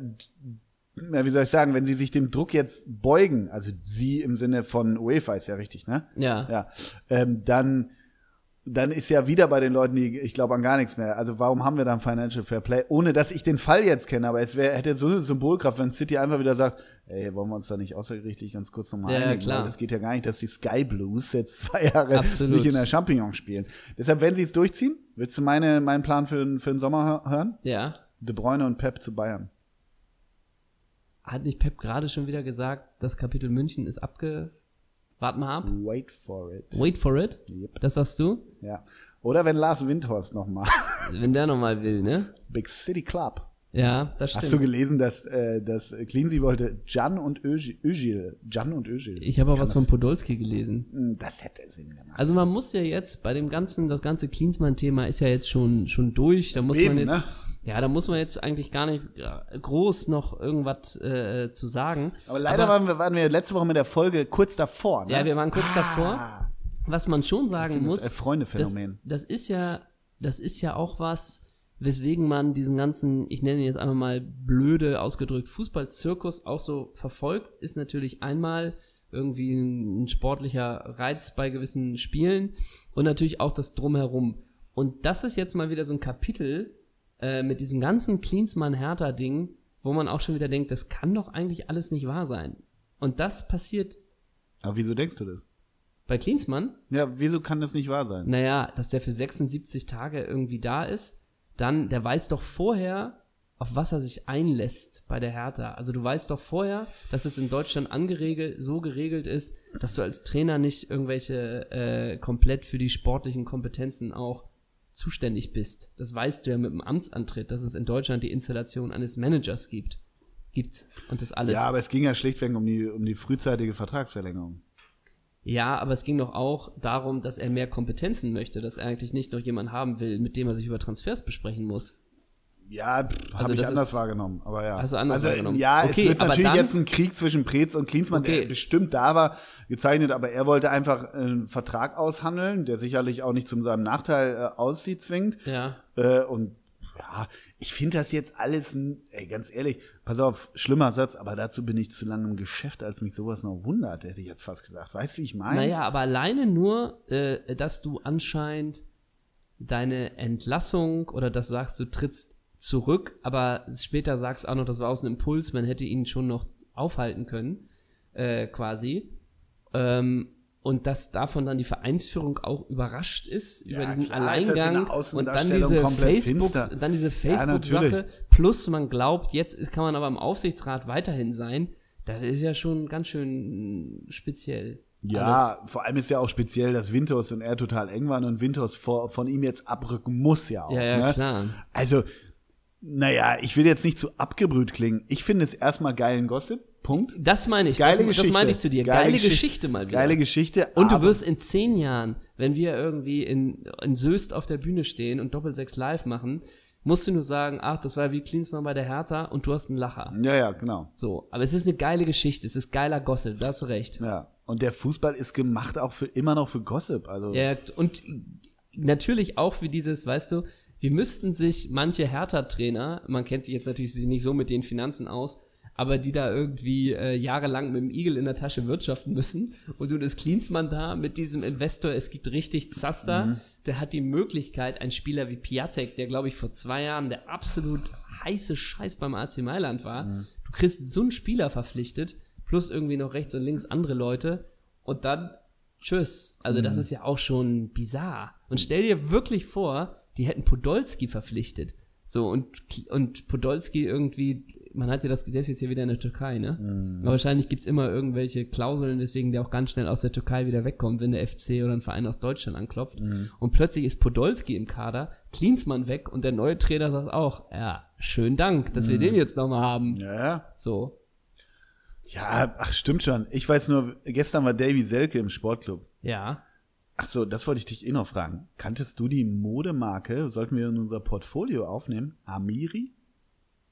S2: ja, wie soll ich sagen, wenn sie sich dem Druck jetzt beugen, also sie im Sinne von UEFA ist ja richtig, ne?
S1: Ja.
S2: Ja. Ähm, dann, dann ist ja wieder bei den Leuten, die, ich glaube an gar nichts mehr. Also warum haben wir dann Financial Fair Play? Ohne dass ich den Fall jetzt kenne, aber es wär, hätte so eine Symbolkraft, wenn City einfach wieder sagt, ey, wollen wir uns da nicht außergerichtlich ganz kurz nochmal
S1: Ja, ja,
S2: einigen?
S1: klar.
S2: Weil Das geht ja gar nicht, dass die Sky Blues jetzt zwei Jahre
S1: Absolut.
S2: nicht in der Champignon spielen. Deshalb, wenn sie es durchziehen, willst du meine, meinen Plan für, den- für den Sommer hö- hören?
S1: Ja.
S2: De Bruyne und Pep zu Bayern.
S1: Hat nicht Pep gerade schon wieder gesagt, das Kapitel München ist abge... Wart mal ab.
S2: Wait for it.
S1: Wait for it.
S2: Yep.
S1: Das sagst du?
S2: Ja. Oder wenn Lars Windhorst nochmal.
S1: Wenn der nochmal will, ne?
S2: <laughs> Big City Club.
S1: Ja, das
S2: Hast du
S1: stimmt.
S2: gelesen, dass, äh, dass Cleansy wollte Jan und Özil, Özil Jan und Özil.
S1: Ich habe auch
S2: Kann
S1: was
S2: das-
S1: von Podolski gelesen.
S2: Hm, Das hätte Sinn gemacht.
S1: Also man muss ja jetzt bei dem ganzen, das ganze Klinsmann-Thema ist ja jetzt schon schon durch. Da muss man
S2: Leben,
S1: jetzt,
S2: ne?
S1: ja, da muss man jetzt eigentlich gar nicht ja, groß noch irgendwas äh, zu sagen.
S2: Aber leider waren, wir, waren wir letzte Woche mit der Folge kurz davor. Ne?
S1: ja, wir waren kurz davor.
S2: Ah,
S1: Was man schon sagen
S2: das
S1: muss,
S2: ist das Freunde-Phänomen.
S1: das, das ist ja, das ist ja auch was, weswegen man diesen ganzen, ich nenne ihn jetzt einfach mal blöde ausgedrückt, Fußballzirkus auch so verfolgt, ist natürlich einmal irgendwie ein, ein sportlicher Reiz bei gewissen Spielen und natürlich auch das Drumherum. Und das ist jetzt mal wieder so ein Kapitel äh, mit diesem ganzen Klinsmann-Hertha-Ding, wo man auch schon wieder denkt, das kann doch eigentlich alles nicht wahr sein. Und das passiert
S2: Aber wieso denkst du das?
S1: bei Klinsmann
S2: Ja, wieso kann das nicht wahr sein?
S1: naja, dass der für 76 Tage irgendwie da ist, dann, der weiß doch vorher, auf was er sich einlässt bei der Hertha. Also du weißt doch vorher, dass es in Deutschland angeregelt, so geregelt ist, dass du als Trainer nicht irgendwelche äh, komplett für die sportlichen Kompetenzen auch zuständig bist. Das weißt du ja mit dem Amtsantritt, dass es in Deutschland die Installation eines Managers gibt. Gibt. Und das alles.
S2: Ja, aber es ging ja schlichtweg um die, um die frühzeitige Vertragsverlängerung.
S1: Ja, aber es ging doch auch darum, dass er mehr Kompetenzen möchte, dass er eigentlich nicht noch jemanden haben will, mit dem er sich über Transfers besprechen muss.
S2: Ja, pff, hab
S1: Also
S2: ich
S1: das
S2: anders
S1: ist-
S2: wahrgenommen. Aber ja.
S1: Hast du anders
S2: ähm,
S1: wahrgenommen?
S2: Ja,
S1: Okay,
S2: es wird
S1: aber
S2: natürlich
S1: dann-
S2: jetzt ein Krieg zwischen Preetz und Klinsmann,
S1: Okay.
S2: der bestimmt da war, gezeichnet, aber er wollte einfach äh, einen Vertrag aushandeln, der sicherlich auch nicht zu seinem Nachteil äh, aussieht zwingend.
S1: Ja.
S2: Äh, und ja, ich finde das jetzt alles, ein, ey, ganz ehrlich, pass auf, schlimmer Satz, aber dazu bin ich zu lange im Geschäft, als mich sowas noch wundert, hätte ich jetzt fast gesagt. Weißt du, wie ich meine?
S1: Naja, aber alleine nur, äh, dass du anscheinend deine Entlassung oder das sagst, du trittst zurück, aber später sagst auch noch, das war aus einem Impuls, man hätte ihn schon noch aufhalten können, äh, quasi. Ähm, und dass davon dann die Vereinsführung auch überrascht ist
S2: Ja,
S1: über diesen
S2: klar, ist das in der
S1: Alleingang und dann
S2: Außendarstellung
S1: diese
S2: komplett
S1: Facebook,
S2: finster.
S1: dann diese
S2: natürlich.
S1: Facebook-Sache plus man glaubt, jetzt ist, kann man aber im Aufsichtsrat weiterhin sein. Das ist ja schon ganz schön speziell. alles.
S2: Ja, vor allem ist ja auch speziell, dass Winters und er total eng waren und Winters vor, von ihm jetzt abrücken muss ja auch.
S1: Ja, ja,
S2: ne?
S1: klar.
S2: Also, naja, ich will jetzt nicht zu abgebrüht klingen. Ich finde es erstmal geilen Gossip. Punkt.
S1: Das meine ich.
S2: Geile
S1: das,
S2: Geschichte.
S1: Das meine ich zu dir. Geile, Geschichte, mal wieder.
S2: Geile Geschichte.
S1: und du
S2: aber-
S1: wirst in zehn Jahren, wenn wir irgendwie in, in Söst auf der Bühne stehen und Doppelsechs live machen, musst du nur sagen, ach, das war wie Klinsmann bei der Hertha und du hast einen Lacher.
S2: Ja, ja, genau.
S1: So. Aber es ist eine geile Geschichte. Es ist geiler Gossip. Da hast du recht.
S2: Ja. Und der Fußball ist gemacht auch für immer noch für Gossip. Also,
S1: Ja, und natürlich auch wie dieses, weißt du, wir müssten sich manche Hertha-Trainer, man kennt sich jetzt natürlich nicht so mit den Finanzen aus, aber die da irgendwie äh, jahrelang mit dem Igel in der Tasche wirtschaften müssen und du das Klinsmann da mit diesem Investor, es gibt richtig Zaster, der hat die Möglichkeit, ein Spieler wie Piatek, der glaube ich vor zwei Jahren der absolut heiße Scheiß beim AC Mailand war, du kriegst so einen Spieler verpflichtet, plus irgendwie noch rechts und links andere Leute und dann Tschüss. Also das ist ja auch schon bizarr. Und stell dir wirklich vor, die hätten Podolski verpflichtet. So, und, und Podolski irgendwie, man hat ja das, der ist jetzt hier wieder in der Türkei, ne? Aber wahrscheinlich gibt's immer irgendwelche Klauseln, deswegen der auch ganz schnell aus der Türkei wieder wegkommt, wenn der FC oder ein Verein aus Deutschland anklopft. Und plötzlich ist Podolski im Kader, Klinsmann weg und der neue Trainer sagt auch, ja, schönen Dank, dass wir den jetzt nochmal haben.
S2: ja, ja.
S1: So.
S2: Ja, ach, stimmt schon. Ich weiß nur, gestern war Davy Selke im Sportclub.
S1: Ja.
S2: Ach so, das wollte ich dich eh noch fragen. Kanntest du die Modemarke, sollten wir in unser Portfolio aufnehmen, Amiri?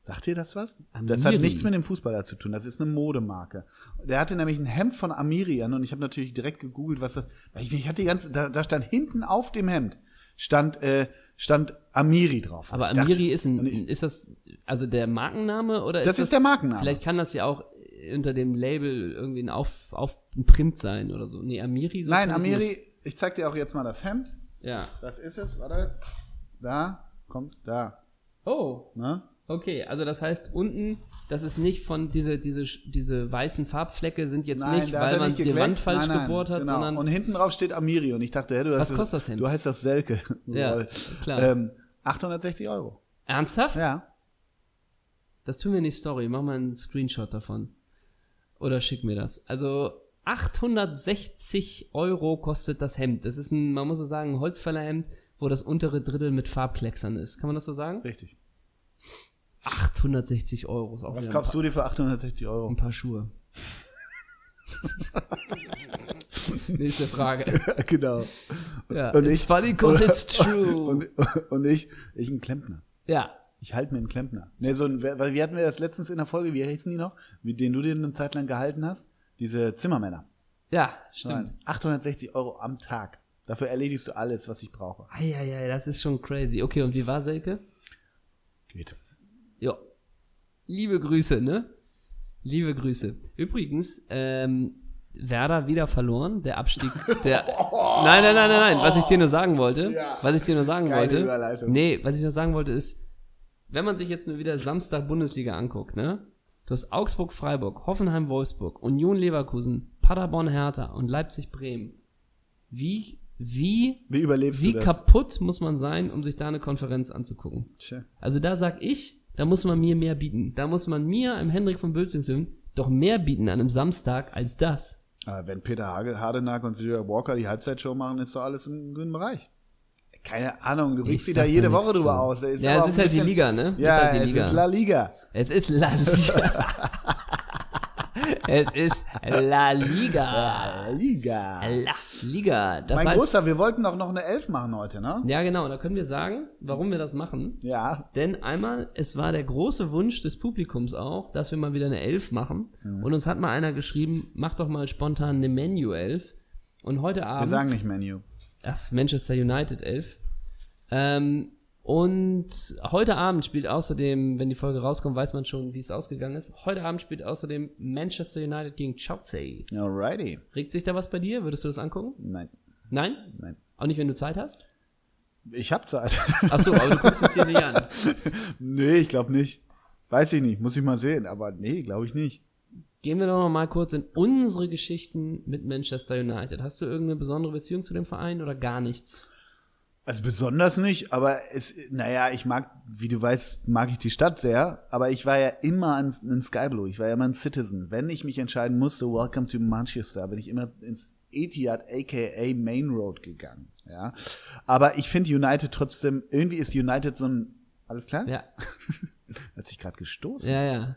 S2: Sagt dir das was? Das hat
S1: Amiri.
S2: nichts mit dem Fußballer zu tun, das ist eine Modemarke. Der hatte nämlich ein Hemd von Amiri an und ich habe natürlich direkt gegoogelt, was das weil ich, ich hatte die ganze da, da stand hinten auf dem Hemd stand äh, stand Amiri drauf.
S1: Aber
S2: Ich dachte-
S1: Amiri ist
S2: und
S1: ein,
S2: ich-
S1: ist das Also der Markenname oder
S2: Das ist der Markenname.
S1: Vielleicht kann das ja auch unter dem Label irgendwie ein Auf, auf ein Print sein oder so. Nee, Amiri. So
S2: Nein,
S1: kann ich nicht-
S2: Amiri, ich zeig dir auch jetzt mal das Hemd.
S1: Ja.
S2: Das ist es, warte. Da, kommt da.
S1: Oh,
S2: Ne?
S1: okay. Also das heißt unten, das ist nicht von diese diese diese weißen Farbflecke sind jetzt nicht,
S2: da hat
S1: weil
S2: er
S1: man die
S2: geklemmt.
S1: Wand falsch
S2: Nein, nein,
S1: gebohrt hat,
S2: genau.
S1: sondern
S2: Und hinten drauf steht Amiri und ich dachte, hä, du hast
S1: kostet das Hemd?
S2: Du heißt das Selke.
S1: Ja,
S2: Lol.
S1: klar.
S2: Ähm, 860 Euro.
S1: ernsthaft?
S2: Ja.
S1: Das tun wir in die Story. Mach mal einen Screenshot davon. Oder schick mir das. Also 860 Euro kostet das Hemd. Das ist ein, man muss so sagen, ein Holzfällerhemd, wo das untere Drittel mit Farbklecksern ist. Kann man das so sagen?
S2: Richtig.
S1: 860 Euro ist auch
S2: Was
S1: wieder ein
S2: kaufst
S1: paar,
S2: du dir für 860 Euro?
S1: <laughs> ein paar
S2: <laughs>
S1: Schuhe. Nächste Frage.
S2: genau.
S1: Ja,
S2: Und
S1: it's
S2: ich-
S1: funny cause it's true.
S2: <laughs> Und, und ich, ich ein Klempner.
S1: ja,
S2: Ich halte mir einen Klempner. Ne, so ein, weil wir hatten wir das letztens in der Folge, wie hießen die noch? Mit denen du dir eine Zeit lang gehalten hast? Diese Zimmermänner.
S1: ja, stimmt.
S2: Nein, 860 Euro am Tag. Dafür erledigst du alles, was ich brauche.
S1: Eieiei, das ist schon crazy. Okay, und wie war Selke?
S2: Geht.
S1: Ja. Liebe Grüße, ne? Liebe Grüße. Übrigens, ähm, Werder wieder verloren, der Abstieg, der.
S2: <laughs>
S1: Nein, nein, nein, nein, nein. Was ich dir nur sagen wollte,
S2: Oh. Ja.
S1: was ich dir nur sagen
S2: Geile
S1: wollte.
S2: Überleitung.
S1: Nee, was ich nur sagen wollte ist, wenn man sich jetzt nur wieder Samstag Bundesliga anguckt, ne? Du hast Augsburg, Freiburg, Hoffenheim, Wolfsburg, Union Leverkusen, Paderborn, Hertha und Leipzig, Bremen. Wie, wie,
S2: Wie überlebst
S1: wie
S2: du das?
S1: kaputt muss man sein, um sich da eine Konferenz anzugucken?
S2: Tja.
S1: Also da sag ich, da muss man mir mehr bieten. Da muss man mir, einem Hendrik von Bülzingshöhen, doch mehr bieten an einem Samstag als das.
S2: Aber Ah, wenn Peter Hage- Hardenack und Sylvia Walker die Halbzeitshow machen, ist doch alles im grünen Bereich. Keine Ahnung, du regst dich da
S1: sag
S2: jede
S1: da
S2: Woche
S1: nichts
S2: drüber
S1: zu.
S2: aus. Ist
S1: Ja,
S2: aber
S1: es
S2: auch
S1: ist
S2: ein
S1: halt die
S2: bisschen-
S1: Liga, ne?
S2: Ja,
S1: es ist halt die
S2: es
S1: Liga.
S2: ist La Liga.
S1: es ist La Liga. <laughs> es ist La Liga.
S2: La Liga.
S1: La Liga. Ah. Das
S2: mein
S1: heißt,
S2: Großer, wir wollten doch noch eine Elf machen heute, ne?
S1: ja genau, da können wir sagen, warum wir das machen.
S2: Ja.
S1: Denn einmal, es war der große Wunsch des Publikums auch, dass wir mal wieder eine Elf machen.
S2: Mhm.
S1: Und uns hat mal einer geschrieben, mach doch mal spontan eine Menu-Elf. Und heute
S2: Wir
S1: Abend...
S2: sagen nicht Menu.
S1: Ach, Manchester United 11. Ähm, und heute Abend spielt außerdem, wenn die Folge rauskommt, weiß man schon, wie es ausgegangen ist. Heute Abend spielt außerdem Manchester United gegen Chelsea.
S2: Alrighty.
S1: Regt sich da was bei dir? Würdest du das angucken?
S2: Nein,
S1: Nein?
S2: nein.
S1: Auch nicht, wenn du Zeit hast?
S2: Ich hab Zeit. <laughs>
S1: Achso, aber du guckst es dir nicht an.
S2: nee, ich glaube nicht. Weiß ich nicht, muss ich mal sehen. Aber nee, glaube ich nicht.
S1: Gehen wir doch noch mal kurz in unsere Geschichten mit Manchester United. Hast du irgendeine besondere Beziehung zu dem Verein oder gar nichts?
S2: Also besonders nicht, aber es, naja, ich mag, wie du weißt, mag ich die Stadt sehr, aber ich war ja immer ein, ein Sky Blue, ich war ja immer ein Citizen. Wenn ich mich entscheiden musste, Welcome to Manchester, bin ich immer ins Etihad aka Main Road gegangen, ja. Aber ich finde United trotzdem, irgendwie ist United so ein, alles klar?
S1: Ja,
S2: Hat sich gerade gestoßen.
S1: ja, ja.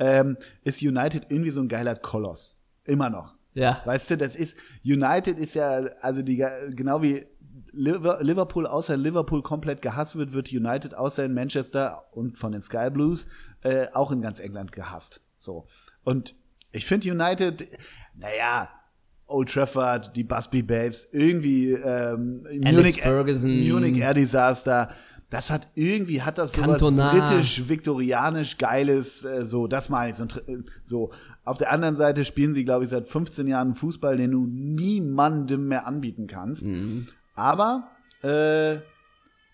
S2: Ähm, ist United irgendwie so ein geiler Koloss. Immer noch.
S1: Ja,
S2: Weißt du, das ist, United ist ja, also die, genau wie Liver- Liverpool, außer Liverpool komplett gehasst wird, wird United außer in Manchester und von den Sky Blues äh, auch in ganz England gehasst. So. Und ich finde United, naja, Old Trafford, die Busby Babes, irgendwie ähm, Munich,
S1: Ferguson.
S2: Munich Air Disaster, das hat irgendwie, hat das sowas
S1: Cantona.
S2: britisch viktorianisch geiles, äh, so, das meine ich. So, ein Tr- äh, so. Auf der anderen Seite spielen sie, glaube ich, seit 15 Jahren Fußball, den du niemandem mehr anbieten kannst. Aber, äh,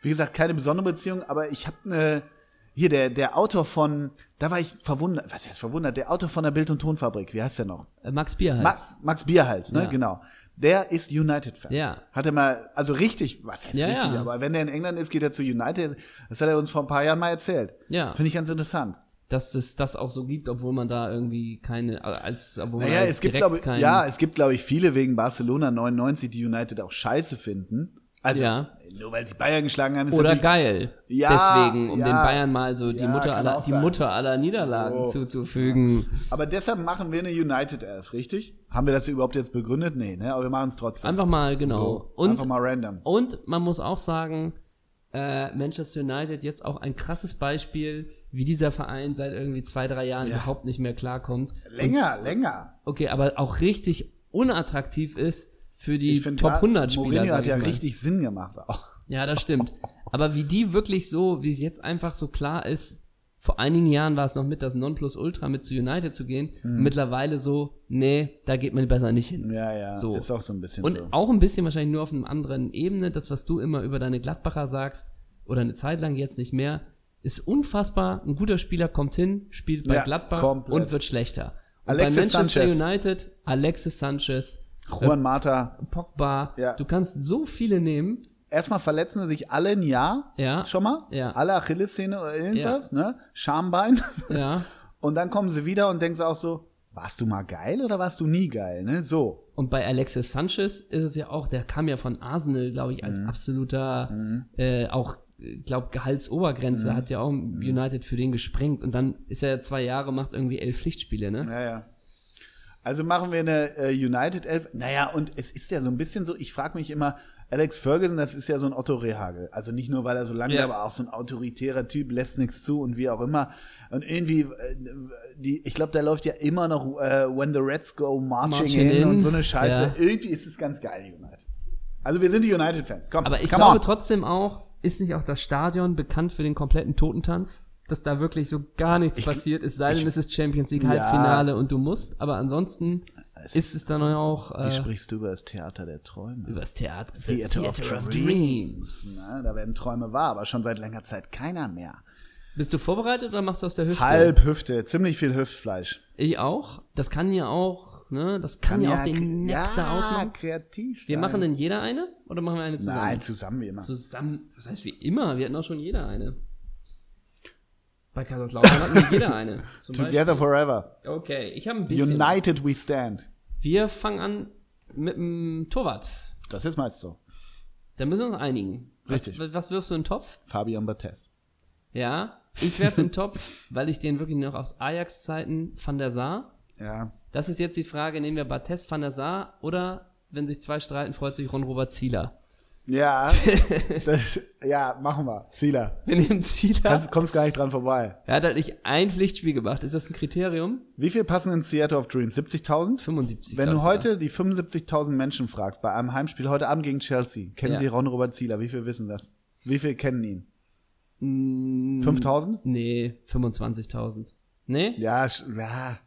S2: wie gesagt, keine besondere Beziehung, aber ich habe eine. Hier, der, der Autor von, da war ich verwundert, was heißt verwundert, der Autor von der Bild- und Tonfabrik, wie heißt der noch?
S1: Äh, Max Bierhals.
S2: Max, Max Bierhals, ne,
S1: Ja.
S2: genau. Der ist United-Fan.
S1: Ja.
S2: Hat er mal, also richtig, was heißt
S1: Ja,
S2: richtig,
S1: ja.
S2: aber wenn er in England ist, geht er zu United. Das hat er uns vor ein paar Jahren mal erzählt.
S1: Ja.
S2: Finde ich ganz interessant.
S1: dass es das auch so gibt, obwohl man da irgendwie keine, also als, obwohl man
S2: Naja,
S1: als
S2: es gibt,
S1: direkt
S2: glaube
S1: keinen-
S2: ja, es gibt, glaube ich, viele wegen Barcelona 99, die United auch scheiße finden. Also,
S1: Ja.
S2: nur weil sie Bayern geschlagen haben, ist
S1: oder
S2: natürlich-
S1: geil.
S2: Ja,
S1: Deswegen, um
S2: ja.
S1: den Bayern mal so die
S2: Ja,
S1: Mutter
S2: kann
S1: aller,
S2: auch
S1: die
S2: sein.
S1: Mutter aller Niederlagen
S2: So.
S1: zuzufügen.
S2: Aber deshalb machen wir eine United Elf, richtig? Haben wir das überhaupt jetzt begründet? Nee, ne? Aber wir machen es trotzdem.
S1: Einfach mal, genau.
S2: so,
S1: und,
S2: einfach mal random.
S1: und man muss auch sagen, äh, Manchester United jetzt auch ein krasses Beispiel, wie dieser Verein seit irgendwie zwei, drei Jahren
S2: Ja.
S1: überhaupt nicht mehr klarkommt.
S2: Länger, länger.
S1: Und, okay, aber auch richtig unattraktiv ist für die
S2: Ich finde,
S1: Top
S2: gerade
S1: 100 Spieler.
S2: Mourinho
S1: sag
S2: hat
S1: ich
S2: ja
S1: mal.
S2: richtig
S1: <laughs>
S2: Sinn gemacht auch.
S1: Ja, das stimmt. Aber wie die wirklich so, wie es jetzt einfach so klar ist, vor einigen Jahren war es noch mit das Nonplusultra mit zu United zu gehen.
S2: Hm.
S1: Mittlerweile so, nee, da geht man besser nicht hin.
S2: Ja, ja.
S1: So.
S2: Ist auch so ein bisschen
S1: Und
S2: so.
S1: auch ein bisschen wahrscheinlich nur auf einer anderen Ebene, das, was du immer über deine Gladbacher sagst, oder eine Zeit lang jetzt nicht mehr, ist unfassbar. Ein guter Spieler kommt hin, spielt bei
S2: Ja,
S1: Gladbach
S2: komplett.
S1: und wird schlechter. Und
S2: Alexis
S1: bei Manchester
S2: Sanchez.
S1: United, Alexis Sanchez,
S2: Juan Mata.
S1: Pogba,
S2: Ja.
S1: du kannst so viele nehmen.
S2: Erstmal verletzen sie sich alle ein Jahr.
S1: Ja.
S2: Schon mal.
S1: Ja.
S2: Alle Achillessehne oder irgendwas, ne? Schambein.
S1: <laughs>
S2: <laughs>
S1: Ja.
S2: Und dann kommen sie wieder und denken sie auch so, warst du mal geil oder warst du nie geil, ne? So.
S1: Und bei Alexis Sanchez ist es ja auch, der kam ja von Arsenal, glaube ich,
S2: Mhm.
S1: als absoluter, äh, auch, glaube
S2: Mhm.
S1: Gehaltsobergrenze, hat ja auch United für den gesprengt. Und dann ist er zwei Jahre, macht irgendwie elf Pflichtspiele, ne?
S2: Ja, ja. Also machen wir eine äh, United 11. Naja, und es ist ja so ein bisschen so, ich frage mich immer, Alex Ferguson, das ist ja so ein Otto Rehagel. Also nicht nur, weil er so lange,
S1: Ja.
S2: aber auch so ein autoritärer Typ, lässt nichts zu und wie auch immer. Und irgendwie, äh, die, ich glaube, da läuft ja immer noch äh, When the Reds Go Marching,
S1: Marching
S2: in,
S1: in.
S2: und so eine Scheiße.
S1: Ja.
S2: Irgendwie ist es ganz geil, United. Also wir sind die United-Fans. Komm,
S1: Aber ich
S2: come
S1: glaube
S2: on.
S1: trotzdem auch, ist nicht auch das Stadion bekannt für den kompletten Totentanz? Dass da wirklich so gar nichts
S2: Ich-
S1: passiert, es sei denn,
S2: ich-
S1: es ist Champions League
S2: Ja.
S1: Halbfinale und du musst, aber ansonsten
S2: Es
S1: ist es dann auch
S2: Wie
S1: äh,
S2: sprichst du über das Theater der Träume?
S1: über das Theater.
S2: Theater of Dreams. Na, da werden Träume wahr, aber schon seit längerer Zeit keiner mehr.
S1: Bist du vorbereitet oder machst du aus der Hüfte?
S2: Halb Hüfte, ziemlich viel Hüftfleisch.
S1: Ich auch. Das kann ja auch, ne? Das kann, ja auch den
S2: kre-
S1: Nektar
S2: ja,
S1: ausmachen.
S2: kreativ.
S1: Wir
S2: sein.
S1: machen denn jeder eine oder machen wir eine zusammen?
S2: Nein, zusammen wie immer.
S1: zusammen. Was heißt wie immer? Wir hatten auch schon jeder eine. Bei Kaiserslautern hatten wir jeder eine. <laughs> Zum Beispiel.
S2: Together forever.
S1: Okay, ich habe ein bisschen.
S2: United we stand.
S1: Wir fangen an mit dem Torwart.
S2: Das ist meist so.
S1: Da müssen wir uns einigen.
S2: Richtig.
S1: Was, was wirfst du in den Topf?
S2: Fabian Barthez.
S1: Ja, ich werfe in den
S2: <laughs>
S1: Topf, weil ich den wirklich noch aus Ajax-Zeiten Van der Sar.
S2: Ja.
S1: Das ist jetzt die Frage, nehmen wir Bartes Van der Sar oder, wenn sich zwei streiten, freut sich Ron-Robert Zieler. <laughs>
S2: Ja. <laughs> das, ja, machen wir. Sila.
S1: Wir nehmen
S2: Kannst,
S1: Zieler.
S2: kommst gar nicht dran vorbei.
S1: Er hat halt nicht ein Pflichtspiel gemacht. Ist das ein Kriterium?
S2: Wie viel passen ins Theater of Dreams? 70.000?
S1: 75.
S2: Wenn
S1: glaub
S2: du
S1: ich
S2: heute die 75.000 Menschen fragst, bei einem Heimspiel heute Abend gegen Chelsea, kennen
S1: Ja.
S2: sie Ron-Robert Zieler? Wie viel wissen das? Wie viel kennen ihn?
S1: sogar. Mm,
S2: 5.000?
S1: Nee, 25.000. Nee,
S2: Ja, sch- ja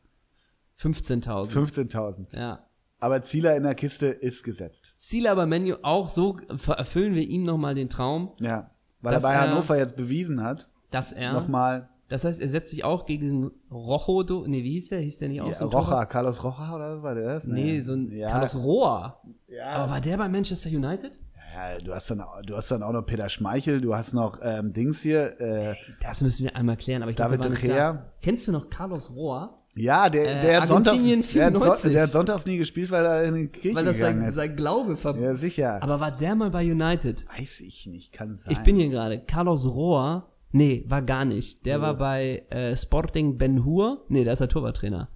S1: 15.000.
S2: 15.000.
S1: ja.
S2: Aber Zieler in der Kiste ist gesetzt.
S1: Zieler aber Menu, auch so ver- erfüllen wir ihm nochmal den Traum,
S2: Ja. Weil
S1: Das,
S2: er bei
S1: äh,
S2: Hannover jetzt bewiesen hat,
S1: dass er.
S2: nochmal
S1: Das heißt, er setzt sich auch gegen diesen Rojo, do, nee, wie hieß der? Hieß der nicht auch
S2: ja,
S1: so? ein
S2: Rocha,
S1: Torwart?
S2: Carlos Rocha oder was war der das?
S1: Nee, so ein
S2: ja,
S1: Carlos Roa. Aber
S2: Ja.
S1: war der bei Manchester United?
S2: ja, du hast, dann, auch- du hast dann auch noch Peter Schmeichel, du hast noch ähm, Dings hier. Äh,
S1: Das müssen wir einmal klären, aber ich
S2: David
S1: glaube,
S2: De Gea.
S1: Kennst du noch Carlos Roa?
S2: ja, der,
S1: Äh,
S2: der, hat sonntags,
S1: Argentinien
S2: der, hat so,
S1: 94.
S2: der hat sonntags nie gespielt, weil er in die Kirche
S1: Weil das
S2: gegangen
S1: sein,
S2: ist.
S1: sein Glaube ver...
S2: Ja, sicher.
S1: Aber war der mal bei United?
S2: Weiß ich nicht, kann sein.
S1: Ich bin hier gerade. Carlos Roa? Nee, war gar nicht. Der war bei äh, Sporting Ben Hur. Nee, da ist er Torwarttrainer.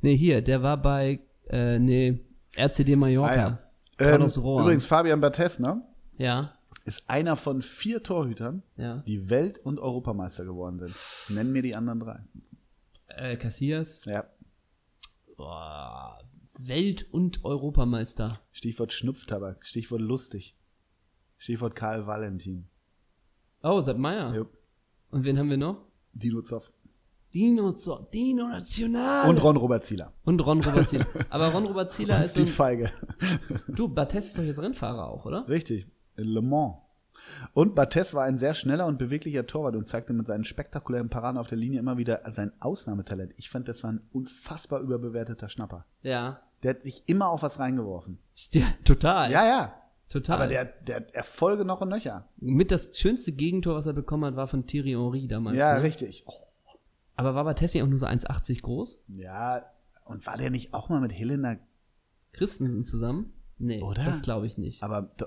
S1: Nee, hier, der war bei äh, nee, RCD Mallorca.
S2: Ah, ja. ähm,
S1: Carlos Roa.
S2: Übrigens, Fabian Barthez, ne?
S1: Ja,
S2: Ist einer von vier Torhütern,
S1: ja.
S2: die Welt- und Europameister geworden sind. Nennen mir die anderen drei.
S1: Äh, Casillas.
S2: Ja.
S1: Boah, Welt- und Europameister.
S2: Stichwort Schnupftabak, Stichwort lustig. Stichwort Karl Valentin.
S1: Oh, Sepp Meyer.
S2: Jupp.
S1: Und wen haben wir noch?
S2: Dino Zoff.
S1: Dino, Zo- Dino National.
S2: Und Ron Robert Zieler.
S1: Und Ron Robert
S2: <laughs>
S1: Zieler. Aber Ron Robert Ah, Zieler
S2: Und
S1: ist so
S2: Steve
S1: ein,
S2: Feige.
S1: Du, Bartes ist doch jetzt Rennfahrer auch, oder?
S2: Richtig. In Le Mans. Und Barthez war ein sehr schneller und beweglicher Torwart und zeigte mit seinen spektakulären Paraden auf der Linie immer wieder sein Ausnahmetalent. Ich fand, das war ein unfassbar überbewerteter Schnapper.
S1: Ja.
S2: Der hat sich immer auf was reingeworfen.
S1: ja total.
S2: Ja, ja.
S1: Total.
S2: Aber der, der hat Erfolge noch und nöcher.
S1: Mit das schönste Gegentor, was er bekommen hat, war von Thierry Henry damals.
S2: Ja,
S1: ne?
S2: richtig. Oh,
S1: Aber war Bartessi auch nur so 1,80 groß?
S2: ja. Und war der nicht auch mal mit Helena?
S1: Christensen zusammen? Nee,
S2: Oder?
S1: das glaube ich nicht.
S2: Aber do-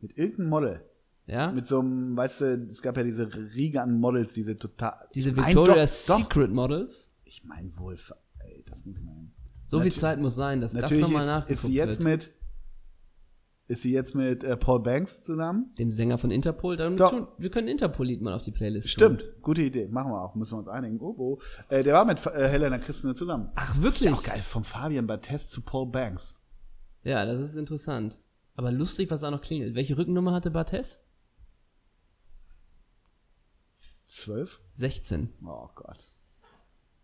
S2: mit irgendeinem Model.
S1: ja?
S2: Mit so einem, weißt du, es gab ja diese Riege an Models, diese total.
S1: Diese
S2: Ich mein,
S1: Victoria's
S2: doch, doch.
S1: Secret Models.
S2: Ich meine wohl, ey, das muss man.
S1: So
S2: Natürlich-
S1: viel Zeit muss sein, dass das
S2: Natürlich
S1: nochmal
S2: ist, ist
S1: nachgeguckt
S2: sie jetzt
S1: wird.
S2: mit. Ist sie jetzt mit äh, Paul Banks zusammen?
S1: Dem Sänger von Interpol. Dann
S2: Doch.
S1: tun, wir können Interpol-Lied mal auf die Playlist tun.
S2: Stimmt, gute Idee, machen wir auch, müssen wir uns einigen. Oh, oh. Äh, der war mit äh, Helena Christensen zusammen.
S1: Ach, wirklich?
S2: Auch geil, vom Fabian Barthez zu Paul Banks.
S1: Ja, das ist interessant. Aber lustig, was da noch klingelt. Welche Rückennummer hatte Bartes?
S2: Zwölf?
S1: 16.
S2: Oh Gott.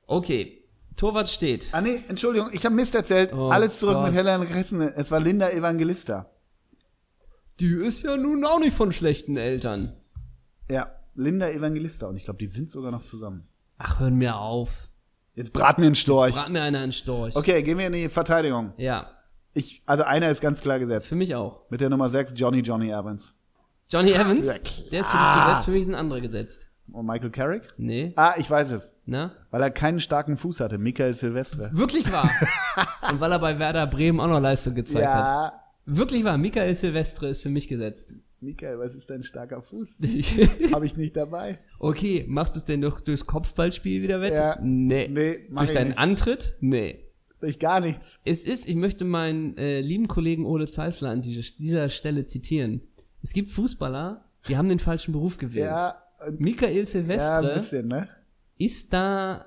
S1: Okay, Torwart steht.
S2: Ah nee, Entschuldigung, ich habe Mist erzählt.
S1: Oh
S2: Alles zurück
S1: Gott.
S2: mit Helen Kressene. Es war Linda Evangelista.
S1: Die ist ja nun auch nicht von schlechten Eltern.
S2: Ja, Linda Evangelista. Und ich glaube, die sind sogar noch zusammen.
S1: Ach, hör mir auf.
S2: Jetzt braten wir einen Storch.
S1: Brat mir einer einen Storch.
S2: Okay, gehen wir in die Verteidigung.
S1: Ja,
S2: Ich, also einer ist ganz klar gesetzt.
S1: für mich auch.
S2: Mit der Nummer 6, Johnny Johnny Evans.
S1: Johnny Evans,
S2: Ah, Ja,
S1: der
S2: klar.
S1: ist für dich gesetzt, für mich ist ein anderer gesetzt.
S2: Und Michael Carrick?
S1: Nee,
S2: Ah, ich weiß es.
S1: na?
S2: Weil er keinen starken Fuß hatte. Michael Silvestre.
S1: Wirklich
S2: <laughs>
S1: wahr. Und weil er bei Werder Bremen auch noch Leistung gezeigt hat.
S2: Ja.
S1: Wirklich wahr, Michael Silvestre ist für mich gesetzt. <laughs>
S2: Michael, was ist dein starker Fuß? Habe ich nicht dabei.
S1: okay, machst du es denn durch, durchs Kopfballspiel wieder wett?
S2: Ja.
S1: Nee.
S2: Nee, mach
S1: durch
S2: ich
S1: deinen
S2: nicht.
S1: Antritt? Nee.
S2: Durch gar nichts.
S1: Es ist, ich möchte meinen äh, lieben Kollegen Ole Zeisler an dieser, dieser Stelle zitieren. Es gibt Fußballer, die haben den falschen Beruf gewählt.
S2: Ja, und,
S1: Michael
S2: ja, ein
S1: Silvestre
S2: bisschen, ne?
S1: ist da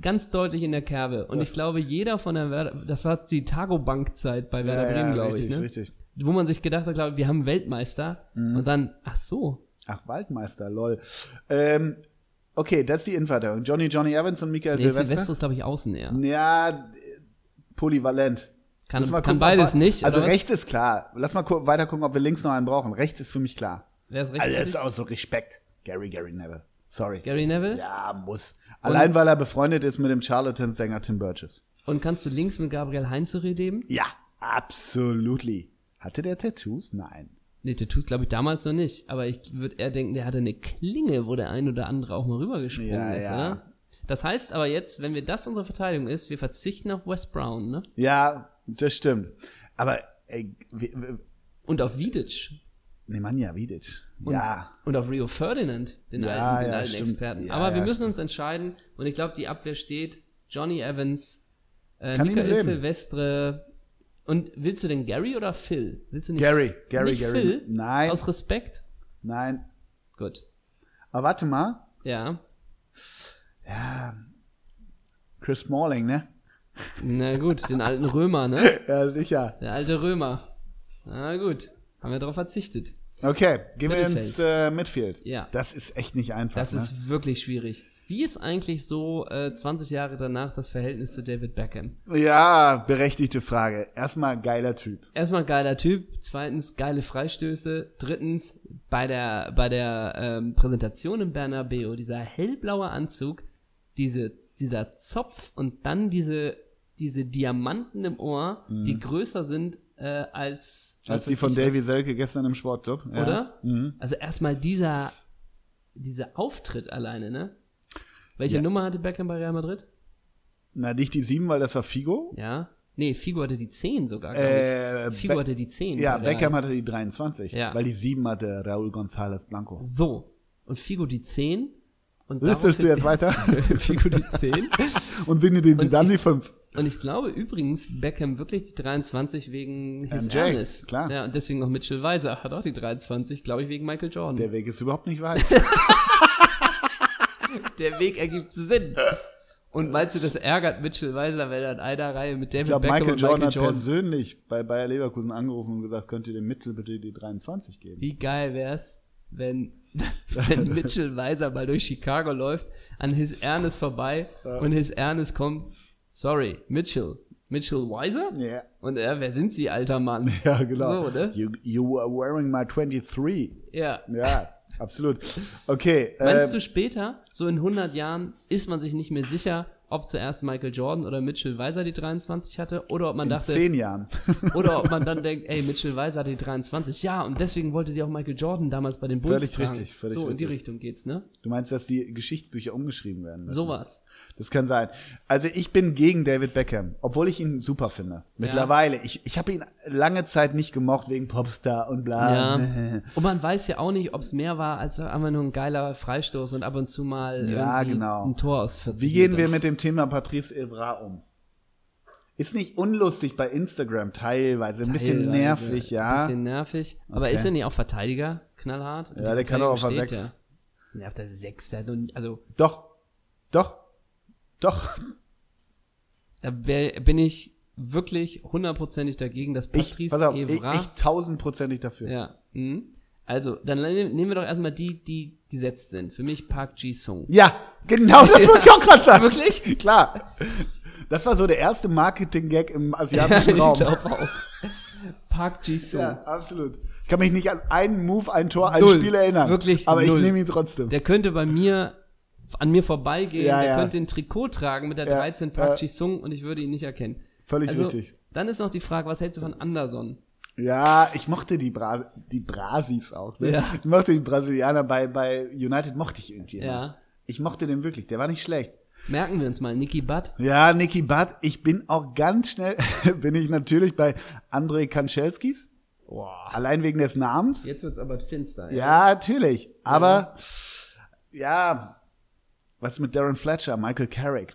S1: ganz deutlich in der Kerbe. Und ich glaube, jeder von der Werder, das war die Tago-Bank-Zeit bei Werder Bremen, glaube ich,
S2: richtig, Mhm.
S1: ne?
S2: richtig.
S1: wo man sich gedacht hat, glaube ich, wir haben einen Weltmeister. Und dann, ach so,
S2: Ach, Waldmeister, lol. Ähm, okay, das ist die Innenverteidigung. Johnny, Johnny Evans und Michael
S1: nee,
S2: Silvestre.
S1: Silvestre ist, glaube ich, außen eher.
S2: Ja, äh, polyvalent.
S1: Kann,
S2: Lass mal
S1: kann
S2: gucken, ob
S1: beides
S2: wir-
S1: nicht.
S2: Also
S1: oder was?
S2: rechts ist klar. Lass mal gu- weiter gucken, ob wir links noch einen brauchen. Rechts ist für mich klar.
S1: Wer ist rechts?
S2: Also das ist
S1: für dich?
S2: auch so Respekt. Gary, Gary Neville. Sorry.
S1: Gary Neville?
S2: Ja, muss. Allein weil er befreundet ist mit dem Charlatan-Sänger Tim Burgess.
S1: Und kannst du links mit Gabriel Heinze reden?
S2: Ja, absolutely. Hatte der Tattoos? Nein.
S1: Nee, Tattoos glaube ich damals noch nicht. Aber ich würde eher denken, der hatte eine Klinge, wo der ein oder andere auch mal rübergesprungen
S2: Ja,
S1: ist,
S2: ja.
S1: oder? Das heißt aber jetzt, wenn wir das unsere Verteidigung ist, wir verzichten auf Wes Brown, ne?
S2: Ja, das stimmt. Aber, ey, wie- wie-
S1: Und auf Vidic.
S2: Nemanja Vidic.
S1: Und,
S2: Ja.
S1: Und auf Rio Ferdinand, den
S2: Ja,
S1: alten, den
S2: ja,
S1: alten
S2: stimmt.
S1: Experten.
S2: Ja,
S1: aber
S2: ja,
S1: wir müssen
S2: stimmt.
S1: uns entscheiden. Und ich glaube, die Abwehr steht Johnny Evans, äh,
S2: Kann ich
S1: Michael
S2: mit leben.
S1: Silvestre. Und willst du denn Gary oder Phil? Willst du nicht
S2: Gary, Gary,
S1: nicht
S2: Gary.
S1: Phil?
S2: Nein.
S1: Aus Respekt?
S2: Nein.
S1: Gut.
S2: Aber warte mal.
S1: Ja.
S2: Ja. Chris Smalling, ne? <laughs>
S1: Na gut, den alten Römer, ne?
S2: Ja, sicher.
S1: Der alte Römer. Na gut, haben wir darauf verzichtet.
S2: Okay, gehen wir
S1: Mittelfeld.
S2: ins äh, Midfield.
S1: Ja.
S2: Das ist echt nicht einfach.
S1: Das
S2: ne?
S1: ist wirklich schwierig. Wie ist eigentlich so äh, 20 Jahre danach das Verhältnis zu David Beckham?
S2: Ja, berechtigte Frage. Erstmal geiler Typ.
S1: Erstmal geiler Typ, zweitens geile Freistöße, drittens bei der bei der ähm, Präsentation im Bernabeu dieser hellblaue Anzug, diese dieser Zopf und dann diese diese Diamanten im Ohr, die größer sind äh, als
S2: Mhm. Als
S1: was
S2: die
S1: weiß
S2: von
S1: ich
S2: Davy Selke gestern im Sportclub. Ja.
S1: Oder?
S2: Mhm.
S1: Also erstmal dieser, dieser Auftritt alleine, ne? Welche
S2: Ja.
S1: Nummer hatte Beckham bei Real Madrid?
S2: Na, nicht die sieben, weil das war Figo.
S1: Ja. Nee, Figo hatte die 10 sogar, glaub
S2: Äh,
S1: ich. Figo
S2: Be-
S1: hatte die 10.
S2: Ja,
S1: bei Real.
S2: Beckham hatte die 23,
S1: Ja.
S2: weil die sieben hatte Raúl González Blanco.
S1: So. Und Figo die 10. Und
S2: Listest
S1: <laughs>
S2: du
S1: daraufhin-
S2: jetzt weiter? <laughs>
S1: Figo die 10.
S2: Und sind die
S1: Und
S2: dann
S1: ich-
S2: die fünf?
S1: Und ich glaube übrigens, Beckham wirklich die 23 wegen His
S2: MJ,
S1: Illness.
S2: klar.
S1: Ja, und deswegen auch Mitchell Weiser hat auch die 23, glaube ich, wegen Michael Jordan.
S2: Der Weg ist überhaupt nicht weit.
S1: Der Weg ergibt Sinn. Und meinst du, das ärgert Mitchell Weiser, weil er in einer Reihe mit David
S2: Ich
S1: <laughs>
S2: glaube,
S1: Beckham
S2: Michael
S1: und
S2: Jordan
S1: Michael
S2: hat
S1: Jordan...
S2: persönlich bei Bayer Leverkusen angerufen und gesagt, könnt ihr dem Mittel bitte die 23 geben?
S1: Wie geil wär's,
S2: <laughs>
S1: wenn, wenn Mitchell Weiser mal durch Chicago läuft, an His Ernest vorbei
S2: Ja.
S1: und His Ernest kommt, sorry, Mitchell, Mitchell Weiser?
S2: Ja, <laughs>
S1: Und er, wer sind Sie, alter Mann?
S2: ja genau.
S1: So, ne?
S2: you, you are wearing my 23.
S1: Ja.
S2: Ja, absolut. Okay.
S1: <laughs> Meinst
S2: ähm,
S1: du später, so in 100 Jahren, ist man sich nicht mehr sicher, ob zuerst Michael Jordan oder Mitchell Weiser die 23 hatte oder ob man
S2: in
S1: dachte,
S2: zehn Jahren. <laughs>
S1: Oder ob man dann denkt, ey, Mitchell Weiser hatte die 23. Ja, und deswegen wollte sie auch Michael Jordan damals bei den Bulls
S2: Völlig
S1: tragen.
S2: richtig, völlig
S1: so, in die
S2: richtig.
S1: Richtung geht's, ne?
S2: Du meinst, dass die Geschichtsbücher umgeschrieben werden müssen?
S1: Sowas.
S2: Das kann sein. Also ich bin gegen David Beckham, obwohl ich ihn super finde. Mittlerweile. Ich, ich habe ihn lange Zeit nicht gemocht wegen Popstar und bla.
S1: Ja. Und man weiß ja auch nicht, ob's mehr war als einfach nur ein geiler Freistoß und ab und zu mal
S2: Ja,
S1: irgendwie
S2: genau.
S1: ein Tor aus 40
S2: <laughs> Wie gehen wir
S1: Metern.
S2: mit dem Thema Patrice Evra um? Ist nicht unlustig bei Instagram teilweise, ein bisschen
S1: Teilweise.
S2: nervig, ja.
S1: Ein bisschen nervig. Aber
S2: Okay.
S1: ist er nicht auch Verteidiger? Knallhart? Und
S2: Ja,
S1: die
S2: der kann doch auf
S1: Verteidigung
S2: der
S1: steht
S2: Sechs.
S1: Ja, Ja, auf der Sechs. der hat noch nie- Also,
S2: Doch, doch, doch.
S1: da wär, bin ich wirklich hundertprozentig dagegen, dass
S2: Ich,
S1: Patrice
S2: pass auf, ich,
S1: Evra hm?
S2: ich tausendprozentig dafür.
S1: Ja. Mhm. Also, dann le- nehmen wir doch erstmal die, die gesetzt sind. Für mich Park Ji-sung.
S2: Ja, genau das wollte ich auch gerade sagen.
S1: Wirklich?
S2: Klar. Das war so der erste Marketing-Gag
S1: <laughs>
S2: im asiatischen
S1: ich
S2: Raum.
S1: glaube auch. Park Ji-sung.
S2: Ja, absolut. Ich kann mich nicht an einen Move, ein Tor, ein
S1: Null.
S2: Spiel erinnern.
S1: Wirklich
S2: Aber
S1: null.
S2: ich nehme ihn trotzdem.
S1: Der könnte bei mir an mir vorbeigehen,
S2: Ja,
S1: der
S2: ja.
S1: könnte ein Trikot tragen mit der
S2: Ja,
S1: 13 Park
S2: ja.
S1: Ji-sung und ich würde ihn nicht erkennen.
S2: Völlig
S1: Also,
S2: richtig.
S1: Dann ist noch die Frage, was hältst du von Anderson?
S2: Ja, ich mochte die, Bra die Brasis auch. Ne?
S1: Ja.
S2: Ich mochte die Brasilianer bei, bei United, mochte ich irgendwie. immer.
S1: Ja.
S2: Ich mochte den wirklich, der war nicht schlecht.
S1: Merken wir uns mal, Nicky Butt.
S2: Ja, Nicky Butt, ich bin auch ganz schnell, <laughs> bin ich natürlich bei Andrei Kanchelskis,
S1: Boah.
S2: allein wegen des Namens.
S1: Jetzt wird's aber finster. ey.
S2: Ja, natürlich. Aber ja, was mit Darren Fletcher, Michael Carrick?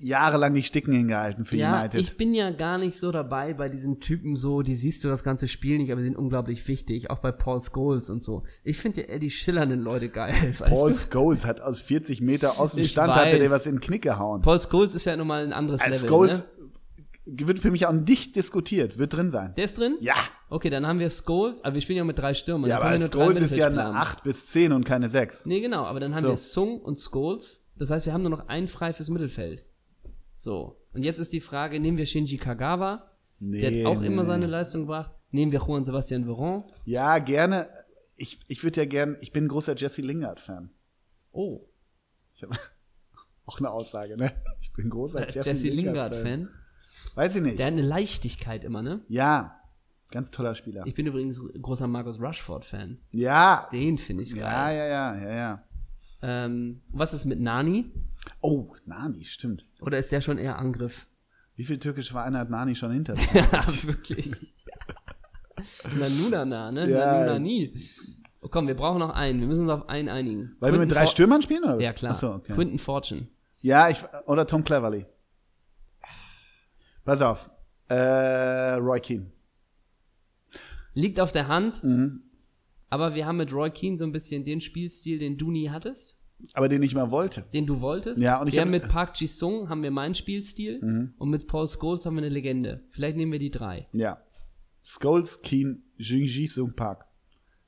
S2: Jahrelang die Sticken hingehalten für
S1: Ja,
S2: United.
S1: ich bin ja gar nicht so dabei bei diesen Typen so, die siehst du das ganze Spiel nicht, aber die sind unglaublich wichtig, auch bei Paul Scholes und so. Ich finde ja eher die schillernden Leute geil, <laughs> weißt
S2: Paul
S1: du?
S2: Scholes hat aus 40 Meter aus dem
S1: Ich
S2: Stand
S1: weiß.
S2: hatte der was in den Knick gehauen.
S1: Paul Scholes ist ja nochmal ein anderes
S2: Als
S1: Level,
S2: Äh, Scholes
S1: ne?
S2: wird für mich auch nicht diskutiert, wird drin sein.
S1: Der ist drin?
S2: Ja,
S1: Okay, dann haben wir Scholes, aber wir spielen ja mit drei Stürmern.
S2: ja
S1: dann
S2: aber
S1: können wir nur drei
S2: Scholes ist ja eine
S1: Mittelfeldspieler haben.
S2: 8 bis 10 und keine 6.
S1: Nee, genau, aber dann haben
S2: So.
S1: wir Sung und Scholes. Das heißt, wir haben nur noch einen frei fürs Mittelfeld. So. Und jetzt ist die Frage, nehmen wir Shinji Kagawa,
S2: Nee,
S1: der hat auch
S2: nee,
S1: immer
S2: nee.
S1: seine Leistung gebracht. Nehmen wir Juan Sebastian Veron.
S2: Ja, gerne. Ich, ich würde ja gerne, ich bin ein großer Jesse Lingard-Fan.
S1: Oh,
S2: Ich habe auch eine Aussage, ne? Ich bin ein
S1: <laughs>
S2: großer
S1: Jesse,
S2: Jesse, Lingard-Fan.
S1: Lingard-Fan.
S2: Weiß ich nicht.
S1: Der hat eine Leichtigkeit immer, ne?
S2: Ja, ganz toller Spieler.
S1: Ich bin übrigens großer Marcus Rushford-Fan.
S2: Ja.
S1: Den finde ich
S2: Ja,
S1: geil.
S2: ja, ja, ja, ja.
S1: Ähm, was ist mit Nani?
S2: Oh, Nani, stimmt.
S1: Oder ist der schon eher Angriff?
S2: Wie viele türkische Vereine hat Nani schon hinter sich?
S1: Ja, wirklich. Nanunana, ne?
S2: Ja.
S1: Nanunani. Oh, komm, wir brauchen noch einen. Wir müssen uns auf einen einigen.
S2: Weil wir
S1: Quinton
S2: mit drei
S1: For-
S2: Stürmern spielen, oder?
S1: Ja, klar.
S2: Achso, okay.
S1: Quinton Fortune.
S2: Ja, ich, oder Tom Cleverley. Pass auf. Äh, Roy Keane.
S1: Liegt auf der Hand,
S2: Mhm.
S1: aber wir haben mit Roy Keane so ein bisschen den Spielstil, den du nie hattest,
S2: Aber den ich mal wollte.
S1: den du wolltest.
S2: Ja, und ich
S1: wir
S2: hab- Mhm.
S1: haben mit Park Ji-sung haben wir meinen Spielstil und mit Paul Scholes haben wir eine Legende. Vielleicht nehmen wir die drei.
S2: Ja. Scholes, Keane, Jingji Sung Park.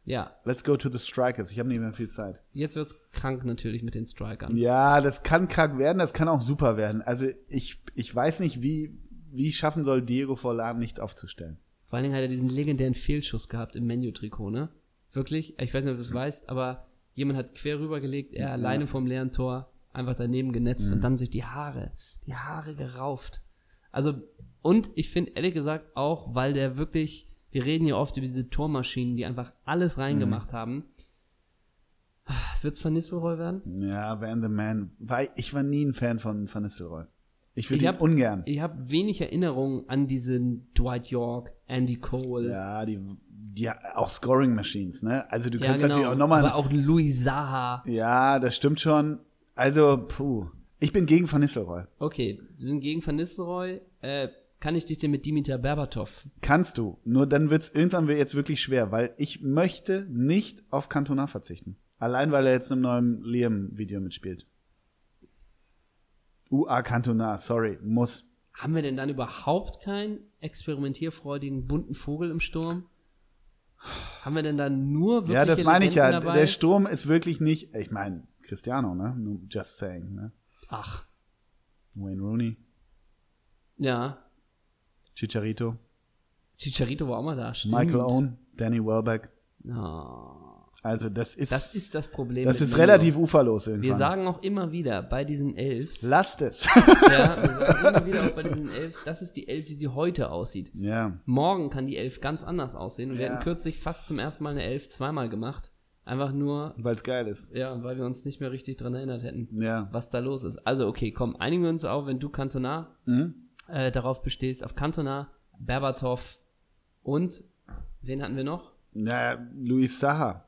S1: Ja,
S2: Let's go to the Strikers. Ich habe nicht mehr viel Zeit.
S1: jetzt wird's krank natürlich mit den Strikern.
S2: Ja, das kann krank werden, das kann auch super werden. Also ich, ich weiß nicht, wie, wie schaffen soll Diego Forlan nicht aufzustellen.
S1: Vor allen Dingen hat er diesen legendären Fehlschuss gehabt im Menu-Trikot, ne? Wirklich? Ich weiß nicht, ob du es weißt, aber jemand hat quer rübergelegt, er alleine vom leeren Tor einfach daneben genetzt
S2: Mhm.
S1: und dann sich die Haare, die Haare gerauft. Also, und ich finde ehrlich gesagt auch, weil der wirklich, wir reden ja oft über diese Tormaschinen, die einfach alles
S2: Mhm.
S1: reingemacht haben. Wird's Van Nistelrooy werden?
S2: Ja, Van the Man. War, ich war nie ein Fan von Van Nistelrooy. Ich
S1: Ich
S2: würde ihn
S1: hab-
S2: ungern.
S1: Ich habe wenig Erinnerungen an diesen Dwight York, Andy Cole,
S2: ja, die, die auch Scoring Machines, ne? Also
S1: Ja,
S2: du
S1: genau.
S2: kannst natürlich auch
S1: aber
S2: nochmal.
S1: auch Louis Saha.
S2: Ja, das stimmt schon. Also, puh. Ich bin gegen Van Nistelrooy.
S1: Okay, wir sind gegen Van Nistelrooy. Äh, kann ich dich denn mit Dimitar Berbatov?
S2: Kannst du. Nur dann wird's irgendwann wird jetzt wirklich schwer, weil ich möchte nicht auf Cantona verzichten. Allein weil er jetzt in einem neuen Liam-Video mitspielt. UA Cantona, sorry, muss.
S1: Haben wir denn dann überhaupt keinen experimentierfreudigen bunten Vogel im Sturm? Haben wir denn dann nur wirklich
S2: ja, das meine ich ja.
S1: Dabei?
S2: Der Sturm ist wirklich nicht. Ich meine, Cristiano, ne? Nur Just saying, ne?
S1: Ach,
S2: Wayne Rooney,
S1: ja.
S2: Chicharito,
S1: Chicharito war auch mal da. Stimmt.
S2: Michael Owen, Danny Welbeck.
S1: Oh,
S2: Also das ist
S1: das ist das Problem.
S2: das
S1: mit
S2: ist
S1: Menu.
S2: relativ uferlos irgendwann.
S1: Wir sagen auch immer wieder bei diesen Elfs, ja,
S2: Lasst
S1: <laughs>
S2: es.
S1: wir sagen immer wieder auch bei diesen Elfs, das ist die Elf, wie sie heute aussieht.
S2: ja.
S1: Morgen kann die Elf ganz anders aussehen. Und wir
S2: Ja.
S1: hatten kürzlich fast zum ersten Mal eine Elf zweimal gemacht. Einfach nur,
S2: Weil's geil ist.
S1: ja, weil wir uns nicht mehr richtig dran erinnert hätten,
S2: Ja.
S1: was da los ist. Also, okay, komm, einigen wir uns auf, wenn du Cantona
S2: Mhm.
S1: äh, darauf bestehst, auf Cantona, Berbatov und wen hatten wir noch?
S2: Na, Luis Saha.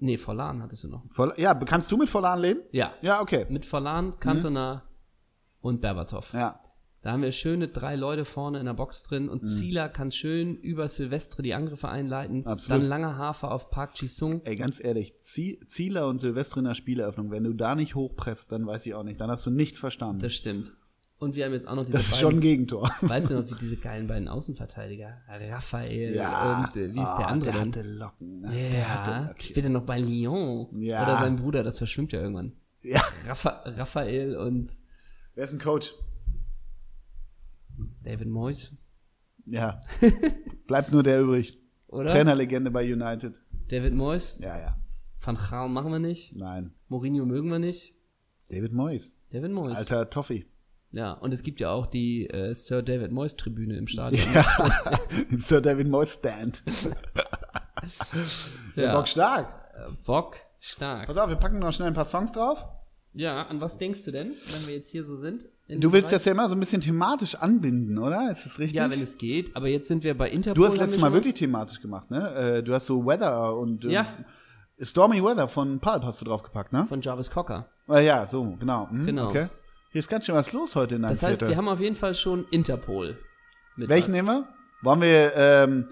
S1: Nee, Forlan hattest du noch.
S2: Voll, ja, kannst du mit Vollan leben?
S1: Ja,
S2: Ja, okay.
S1: mit Forlan, Cantona und Berbatov.
S2: Mhm. Ja.
S1: Da haben wir schöne drei Leute vorne in der Box drin
S2: Mhm.
S1: und Zieler kann schön über Silvestre die Angriffe einleiten.
S2: Absolut.
S1: Dann langer Hafer auf Park Ji-sung.
S2: Ey, ganz ehrlich, Zie- Zieler und Silvestre in der Spieleröffnung, wenn du da nicht hochpresst, dann weiß ich auch nicht. Dann hast du nichts verstanden.
S1: Das stimmt. Und wir haben jetzt auch noch diese
S2: Das ist schon ein Gegentor.
S1: Weißt du noch, wie diese geilen beiden Außenverteidiger? Raphael und äh, wie ist der
S2: ah,
S1: andere?
S2: Der
S1: denn?
S2: hatte Locken. Ne? Der hatte
S1: ja,
S2: Locken.
S1: später noch bei Lyon.
S2: Ja.
S1: Oder sein Bruder, das verschwimmt ja irgendwann.
S2: Ja.
S1: Rapha Raphael und
S2: Wer ist ein Coach?
S1: David Moyes, <laughs>
S2: Ja. Bleibt nur der übrig.
S1: oder?
S2: Trainerlegende bei United.
S1: David Moyes.
S2: Ja, ja.
S1: Van Gaal machen wir nicht.
S2: Nein.
S1: Mourinho mögen wir nicht.
S2: David Moyes.
S1: David Moyes.
S2: Alter
S1: <laughs>
S2: Toffee.
S1: Ja, und es gibt ja auch die äh, Sir David Moyes Tribüne im Stadion.
S2: <laughs> Sir David Moyes Stand. Der
S1: Ja.
S2: Bock stark.
S1: Äh, Bock stark.
S2: Pass auf, wir packen noch schnell ein paar Songs drauf.
S1: Ja, an was denkst du denn, wenn wir jetzt hier so sind? In
S2: Du
S1: dem
S2: willst
S1: Bereich?
S2: das ja immer so ein bisschen thematisch anbinden, oder? Ist das richtig?
S1: Ja, wenn es geht, aber jetzt sind wir bei Interpol.
S2: du hast letztes
S1: haben
S2: Mal
S1: wir schon
S2: wirklich thematisch gemacht, ne? Äh, Du hast so Weather und ähm,
S1: Ja.
S2: Stormy Weather von Pulp hast du draufgepackt, ne?
S1: was Von Jarvis Cocker.
S2: Ah, ja, so, genau. Hm,
S1: Genau.
S2: Okay. Hier ist ganz schön was los heute in deinem
S1: Das heißt,
S2: Viertel.
S1: wir haben auf jeden Fall schon Interpol. Mit
S2: Welchen
S1: was.
S2: nehmen wir? Wollen wir, ähm,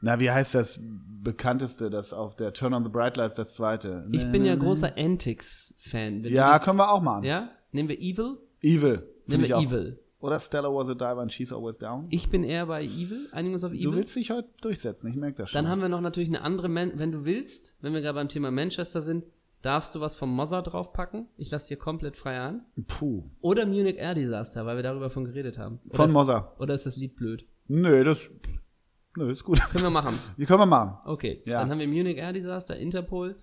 S2: na, wie heißt das bekannteste, das auf der Turn on the Bright Lights, das zweite?
S1: Ich bin ja großer Antics-Fan. Wenn
S2: Ja,
S1: du
S2: können wir auch machen.
S1: dich- ja? Nehmen wir Evil?
S2: Evil.
S1: Nehmen
S2: Finde ich
S1: wir
S2: auch.
S1: Evil.
S2: Oder Stella was a diver and she's always down.
S1: Ich bin eher bei Evil. Einigen wir uns auf Evil.
S2: Du willst dich heute durchsetzen, ich merke das schon.
S1: Dann haben wir noch natürlich eine andere, Man wenn du willst, wenn wir gerade beim Thema Manchester sind, darfst du was vom Mozart draufpacken. Ich lasse dir komplett frei an.
S2: Puh.
S1: Oder Munich Air Disaster, weil wir darüber von geredet haben. Oder
S2: Von
S1: ist-
S2: Mozart.
S1: Oder ist das Lied blöd?
S2: Nö, das, nö,
S1: <laughs>
S2: ist gut.
S1: Können wir machen.
S2: Die können wir machen.
S1: Okay,
S2: Ja.
S1: dann haben wir Munich Air Disaster, Interpol.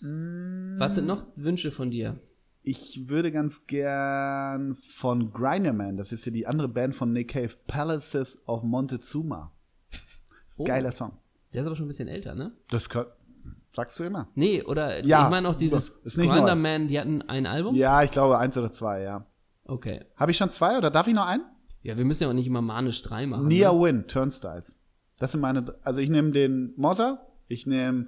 S2: Mm.
S1: Was sind noch Wünsche von dir?
S2: Ich würde ganz gern von Grinderman, das ist ja die andere Band von Nick Cave, Palaces of Montezuma.
S1: Oh,
S2: Geiler Song.
S1: Der ist aber schon ein bisschen älter, ne?
S2: Das kann, sagst du immer.
S1: Nee, oder
S2: Ja,
S1: ich meine auch dieses
S2: ist nicht
S1: Grinder
S2: neu.
S1: Man, die hatten ein Album?
S2: Ja, ich glaube eins oder zwei, ja.
S1: Okay.
S2: Habe ich schon zwei oder darf ich noch einen?
S1: Ja, wir müssen ja auch nicht immer manisch drei machen.
S2: Nia
S1: Ne?
S2: Win, Turnstiles. Das sind meine, also ich nehme den Mozza, ich nehme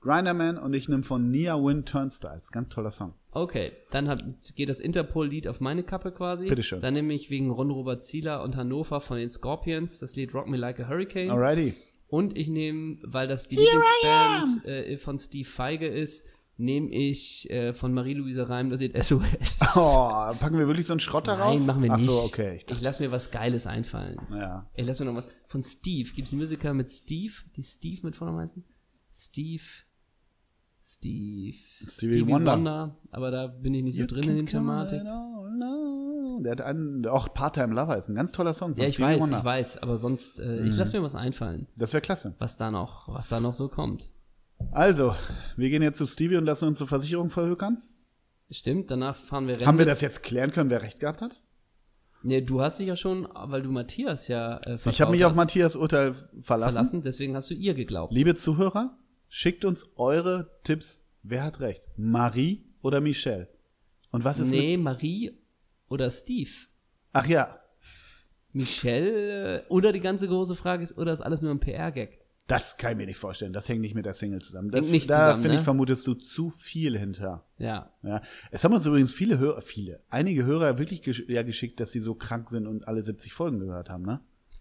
S2: Grinderman und ich nehme von Nia Win Turnstiles. Ganz toller Song.
S1: Okay, dann hab, geht das Interpol-Lied auf meine Kappe quasi.
S2: Bitteschön.
S1: Dann nehme ich wegen Ron-Robert Zieler und Hannover von den Scorpions das Lied Rock Me Like a Hurricane.
S2: Alrighty.
S1: Und ich nehme, weil das die Lieblingsband äh, von Steve Feige ist, nehme ich äh, von Marie-Louise Reim das Lied SOS.
S2: Oh, <laughs> packen wir wirklich so einen Schrott darauf?
S1: Nein, machen wir nicht.
S2: Ach so, okay. Ich
S1: Ich, lasse mir was Geiles einfallen.
S2: dachte, ja.
S1: Ich lass mir noch was. Von Steve. Gibt es einen Musiker mit Steve? Die Steve mit Vornamen heißen? Steve. Steve.
S2: Wonder.
S1: Aber da bin ich nicht so drin in
S2: You
S1: den
S2: can call
S1: Thematik.
S2: it all now. Der hat einen, auch Part-Time Lover ist ein ganz toller Song. von
S1: Ja, ich
S2: Stevie
S1: weiß,
S2: Wonder. Mhm.
S1: ich weiß. Aber sonst, äh, ich lass mir was einfallen.
S2: Das wäre klasse.
S1: Was da noch, was da noch so kommt.
S2: Also, wir gehen jetzt zu Stevie und lassen uns zur Versicherung verhökern.
S1: Stimmt, danach fahren wir Rennen.
S2: Haben wir das jetzt klären können, wer recht gehabt hat?
S1: Nee, du hast dich ja schon, weil du Matthias ja äh,
S2: Ich habe
S1: vertraut
S2: mich auf
S1: hast,
S2: Matthias Urteil verlassen.
S1: verlassen, deswegen hast du ihr geglaubt.
S2: Liebe Zuhörer, schickt uns eure Tipps. Wer hat recht? Marie oder Michelle? Und was ist mit...
S1: Nee, Marie oder Steve.
S2: Ach ja,
S1: Michelle äh, oder die ganze große Frage ist, oder ist alles nur ein PR-Gag?
S2: das kann ich mir nicht vorstellen. Das hängt nicht mit der Single zusammen. Das,
S1: Hängt nicht
S2: da
S1: zusammen,
S2: finde ich,
S1: ne?
S2: vermutest du zu viel hinter.
S1: Ja.
S2: Ja. Es haben uns übrigens viele Hörer, viele, einige Hörer wirklich gesch ja, geschickt, dass sie so krank sind und alle 70 Folgen gehört haben, ne?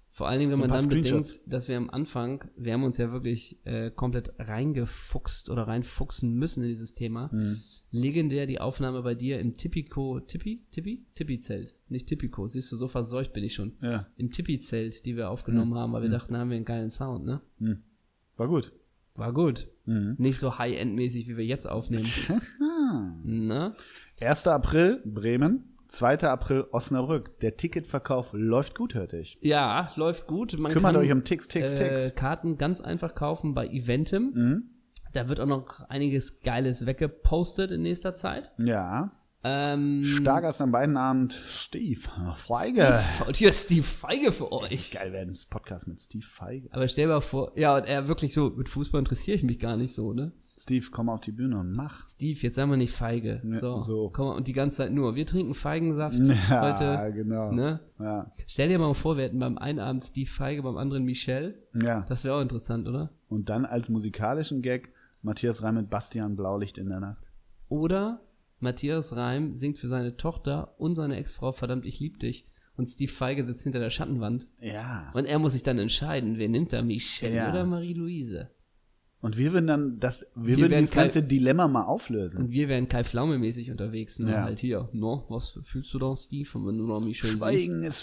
S1: Vor allen Dingen, wenn
S2: So ein
S1: man dann
S2: paar
S1: bedenkt,
S2: Screenshots.
S1: dass wir am Anfang, wir haben uns ja wirklich äh, komplett reingefuchst oder reinfuchsen müssen in dieses Thema.
S2: Mhm.
S1: Legendär die Aufnahme bei dir im Tipico, Tippi, Tippi, Tippi-Zelt. Nicht Tipico, siehst du, so verseucht bin ich schon.
S2: Ja,
S1: Im Tippi-Zelt, die wir aufgenommen
S2: Mhm.
S1: haben, weil wir dachten, da haben wir einen geilen Sound, ne?
S2: war gut.
S1: War gut.
S2: Mhm.
S1: Nicht so high-end-mäßig, wie wir jetzt
S2: <laughs>
S1: aufnehmen. ne?
S2: 1. April Bremen, 2. April Osnabrück. Der Ticketverkauf läuft gut, hörte ich.
S1: Ja, läuft gut. Man
S2: Kümmert
S1: kann,
S2: euch um Ticks, Ticks,
S1: äh,
S2: Ticks.
S1: Karten ganz einfach kaufen bei Eventim.
S2: Mhm.
S1: Da wird auch noch einiges Geiles weggepostet in nächster Zeit.
S2: Ja.
S1: Ähm,
S2: Stargast am beiden Abend Steve Feige.
S1: Und <laughs> hier ist die Feige für euch.
S2: Geil werden das Podcast mit Steve Feige.
S1: Aber stell dir mal vor, ja, und er wirklich so, mit Fußball interessiere ich mich gar nicht so, ne?
S2: Steve, komm auf die Bühne und mach.
S1: Steve, jetzt sagen wir nicht Feige.
S2: Ne,
S1: so,
S2: so.
S1: Komm, mal, und die ganze Zeit nur, wir trinken Feigensaft
S2: Ja,
S1: heute.
S2: genau.
S1: Ne?
S2: Ja.
S1: Stell dir mal vor, wir hätten beim einen Abend Steve Feige, beim anderen Michel.
S2: ja.
S1: Das wäre auch interessant, oder?
S2: Und dann als musikalischen Gag Matthias Reim mit Bastian Blaulicht in der Nacht.
S1: Oder Matthias Reim singt für seine Tochter und seine Ex-Frau, verdammt, ich lieb dich. Und Steve Feige sitzt hinter der Schattenwand.
S2: Ja.
S1: Und er muss sich dann entscheiden, wer nimmt da Michelle
S2: Ja.
S1: oder Marie-Louise.
S2: Und wir würden dann das, wir,
S1: Wir
S2: würden
S1: wären
S2: dieses ganze Dilemma mal auflösen.
S1: Und wir wären Kai Pflaume-mäßig unterwegs, ne?
S2: Ja.
S1: Halt hier. No, was fühlst du da, Steve? Und wenn du noch mich schön siehst.
S2: Schweigen ist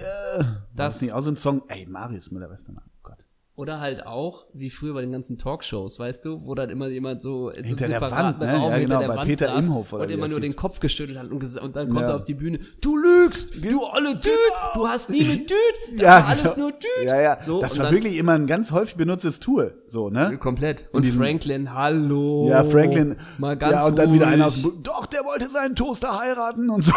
S2: feige. Das
S1: Das-
S2: ist nicht auch so ein Song. Ey, Marius Müller-Westernhagen. Oh Gott.
S1: Oder halt auch, wie früher bei den ganzen Talkshows, weißt du, wo dann immer jemand so in
S2: Hinter der
S1: separaten
S2: Wand, ne? Ja, genau, bei Peter
S1: saß
S2: Imhoff oder
S1: und
S2: wie
S1: immer
S2: das
S1: nur
S2: hieß.
S1: den Kopf geschüttelt hat und, ges- und dann kommt
S2: Ja.
S1: er auf die Bühne, du lügst, du alle Düt, du hast nie
S2: <laughs>
S1: mit Düt, das war alles
S2: genau.
S1: nur Düt.
S2: Ja, ja.
S1: So,
S2: das
S1: und
S2: war
S1: dann-
S2: wirklich immer ein ganz häufig benutztes Tool. So, ne?
S1: Komplett. Und
S2: diesem-
S1: Franklin, hallo.
S2: Ja, Franklin.
S1: Mal ganz
S2: ja, und dann wieder
S1: ruhig.
S2: einer aus dem Bu- Doch, der wollte seinen Toaster heiraten und so.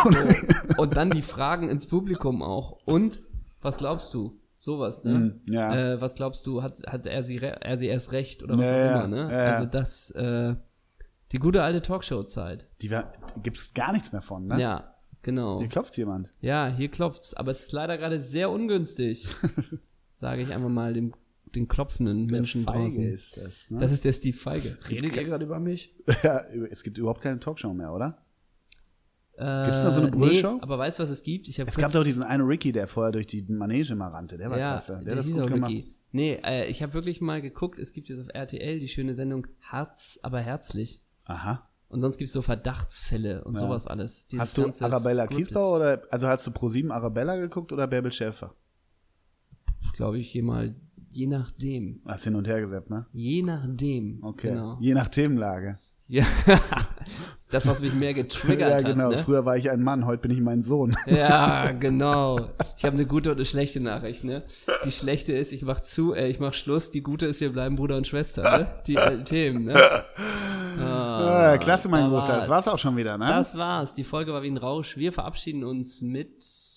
S1: Und dann die Fragen ins Publikum auch. Und was glaubst du? Sowas, ne?
S2: Mm, ja.
S1: Äh, was glaubst du, hat, hat er sie, re- er sie erst recht oder was
S2: Ja,
S1: auch
S2: ja,
S1: immer, ne?
S2: ja, ja.
S1: Also das, äh, die gute alte Talkshow-Zeit.
S2: <laughs> Die war, gibt's gar nichts mehr von, ne?
S1: Ja, genau.
S2: Hier klopft jemand.
S1: Ja, hier klopft's. Aber es ist leider gerade sehr
S2: <laughs>
S1: ungünstig. Sage ich einfach mal dem, den klopfenden Menschen
S2: Feige
S1: draußen.
S2: ist das, ne?
S1: Das ist der Steve Feige. Redet ihr gerade über mich?
S2: <laughs> ja, es gibt überhaupt keine Talkshow mehr, oder?
S1: Äh,
S2: Gibt's da so eine Brüllshow?
S1: Nee, aber weißt du, was es gibt? Ich hab
S2: Es
S1: kurz-
S2: gab doch diesen einen Ricky, der vorher durch die Manege mal rannte. Der war
S1: ja,
S2: klasse. Der,
S1: der
S2: hat das
S1: hieß
S2: gut
S1: auch
S2: gemacht.
S1: Ricky. Nee, äh, ich habe wirklich mal geguckt, es gibt jetzt auf RTL die schöne Sendung Herz, aber herzlich.
S2: Aha.
S1: Und sonst gibt's so Verdachtsfälle und
S2: Ja.
S1: sowas alles. Dieses
S2: Hast du
S1: ganze
S2: Arabella
S1: Scripted,
S2: Kiesbau oder, also hast du Pro7 Arabella geguckt oder Bärbel Schäfer?
S1: Glaube ich, je mal, je nachdem.
S2: Hast hin und her gesagt, ne?
S1: Je nachdem.
S2: Okay.
S1: Genau.
S2: Je nach Themenlage.
S1: Ja. <laughs> das, was mich mehr getriggert
S2: <laughs> ja, genau.
S1: hat. Ne?
S2: Früher war ich ein Mann, heute bin ich mein
S1: <laughs>
S2: Sohn.
S1: Ja, genau. Ich habe eine gute und eine schlechte Nachricht, ne? Die schlechte ist, ich mach zu, äh, ich mach Schluss. Die gute ist, wir bleiben Bruder und Schwester, ne? Die alten Themen,
S2: <laughs>
S1: ne? Ah,
S2: Ah, klasse, mein
S1: da
S2: Großer. Das war's auch schon wieder, ne?
S1: Das war's. Die Folge war wie ein Rausch. Wir verabschieden uns mit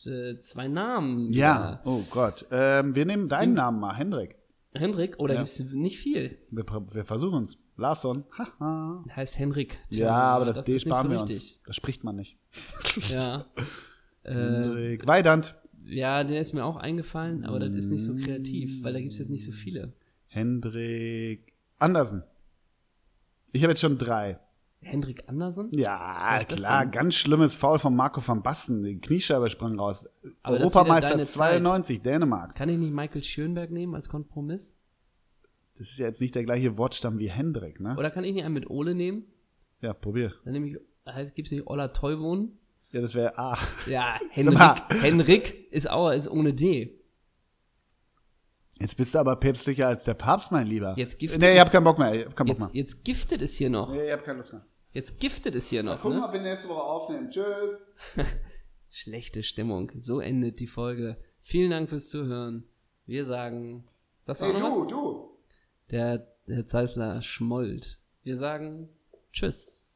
S1: äh, zwei Namen.
S2: ja. Oh Gott. Ähm, wir nehmen deinen Namen mal, Hendrik.
S1: Äh, Henrik, oder
S2: Ja.
S1: gibt's nicht viel?
S2: Wir, pr- wir versuchen es. Larsson. <laughs> Haha.
S1: Heißt Henrik. Tja,
S2: Ja, aber das, D
S1: ist nicht
S2: sparen
S1: so
S2: wir
S1: wichtig.
S2: uns. Das spricht man nicht.
S1: Ja.
S2: <laughs>
S1: äh,
S2: Hendrik. Weidand.
S1: ja, der ist mir auch eingefallen, aber das ist nicht so kreativ, weil da gibt's jetzt nicht so viele.
S2: Hendrik Andersen. Ich habe jetzt schon drei.
S1: Henrik Andersen?
S2: Ja,
S1: Was ist das
S2: klar,
S1: denn?
S2: ganz schlimmes Foul von Marco van Basten. Die Kniescheibe sprang raus.
S1: Aber das ist wieder
S2: Europameister
S1: deine Zeit.
S2: 92, Dänemark.
S1: Kann ich nicht Michael Schönberg nehmen als Kompromiss?
S2: Das ist ja jetzt nicht der gleiche Wortstamm wie Hendrik, ne?
S1: Oder kann ich nicht einen mit Ole nehmen?
S2: Ja, probier.
S1: Dann nehme ich, heißt, gibt's nicht Ola Teuwohn?
S2: Ja, das wäre A. <laughs>
S1: Ja,
S2: mal.
S1: Henrik, Henrik ist auch, ist ohne D.
S2: Jetzt bist du aber päpstlicher als der Papst, mein Lieber.
S1: Jetzt giftet
S2: nee, ich
S1: es-
S2: hab keinen Bock mehr. Ich hab keinen Bock
S1: Jetzt,
S2: mehr.
S1: jetzt giftet es hier noch.
S2: Nee, ich hab keine Lust mehr.
S1: Jetzt giftet es hier noch.
S2: Guck
S1: Ne?
S2: mal, wir nächste Woche aufnehmen. Tschüss.
S1: Schlechte Stimmung. So endet die Folge. Vielen Dank fürs Zuhören. Wir sagen. Sagst du
S2: Hey,
S1: auch noch
S2: du,
S1: was?
S2: du.
S1: Der Herr Zeisler schmollt. Wir sagen Tschüss.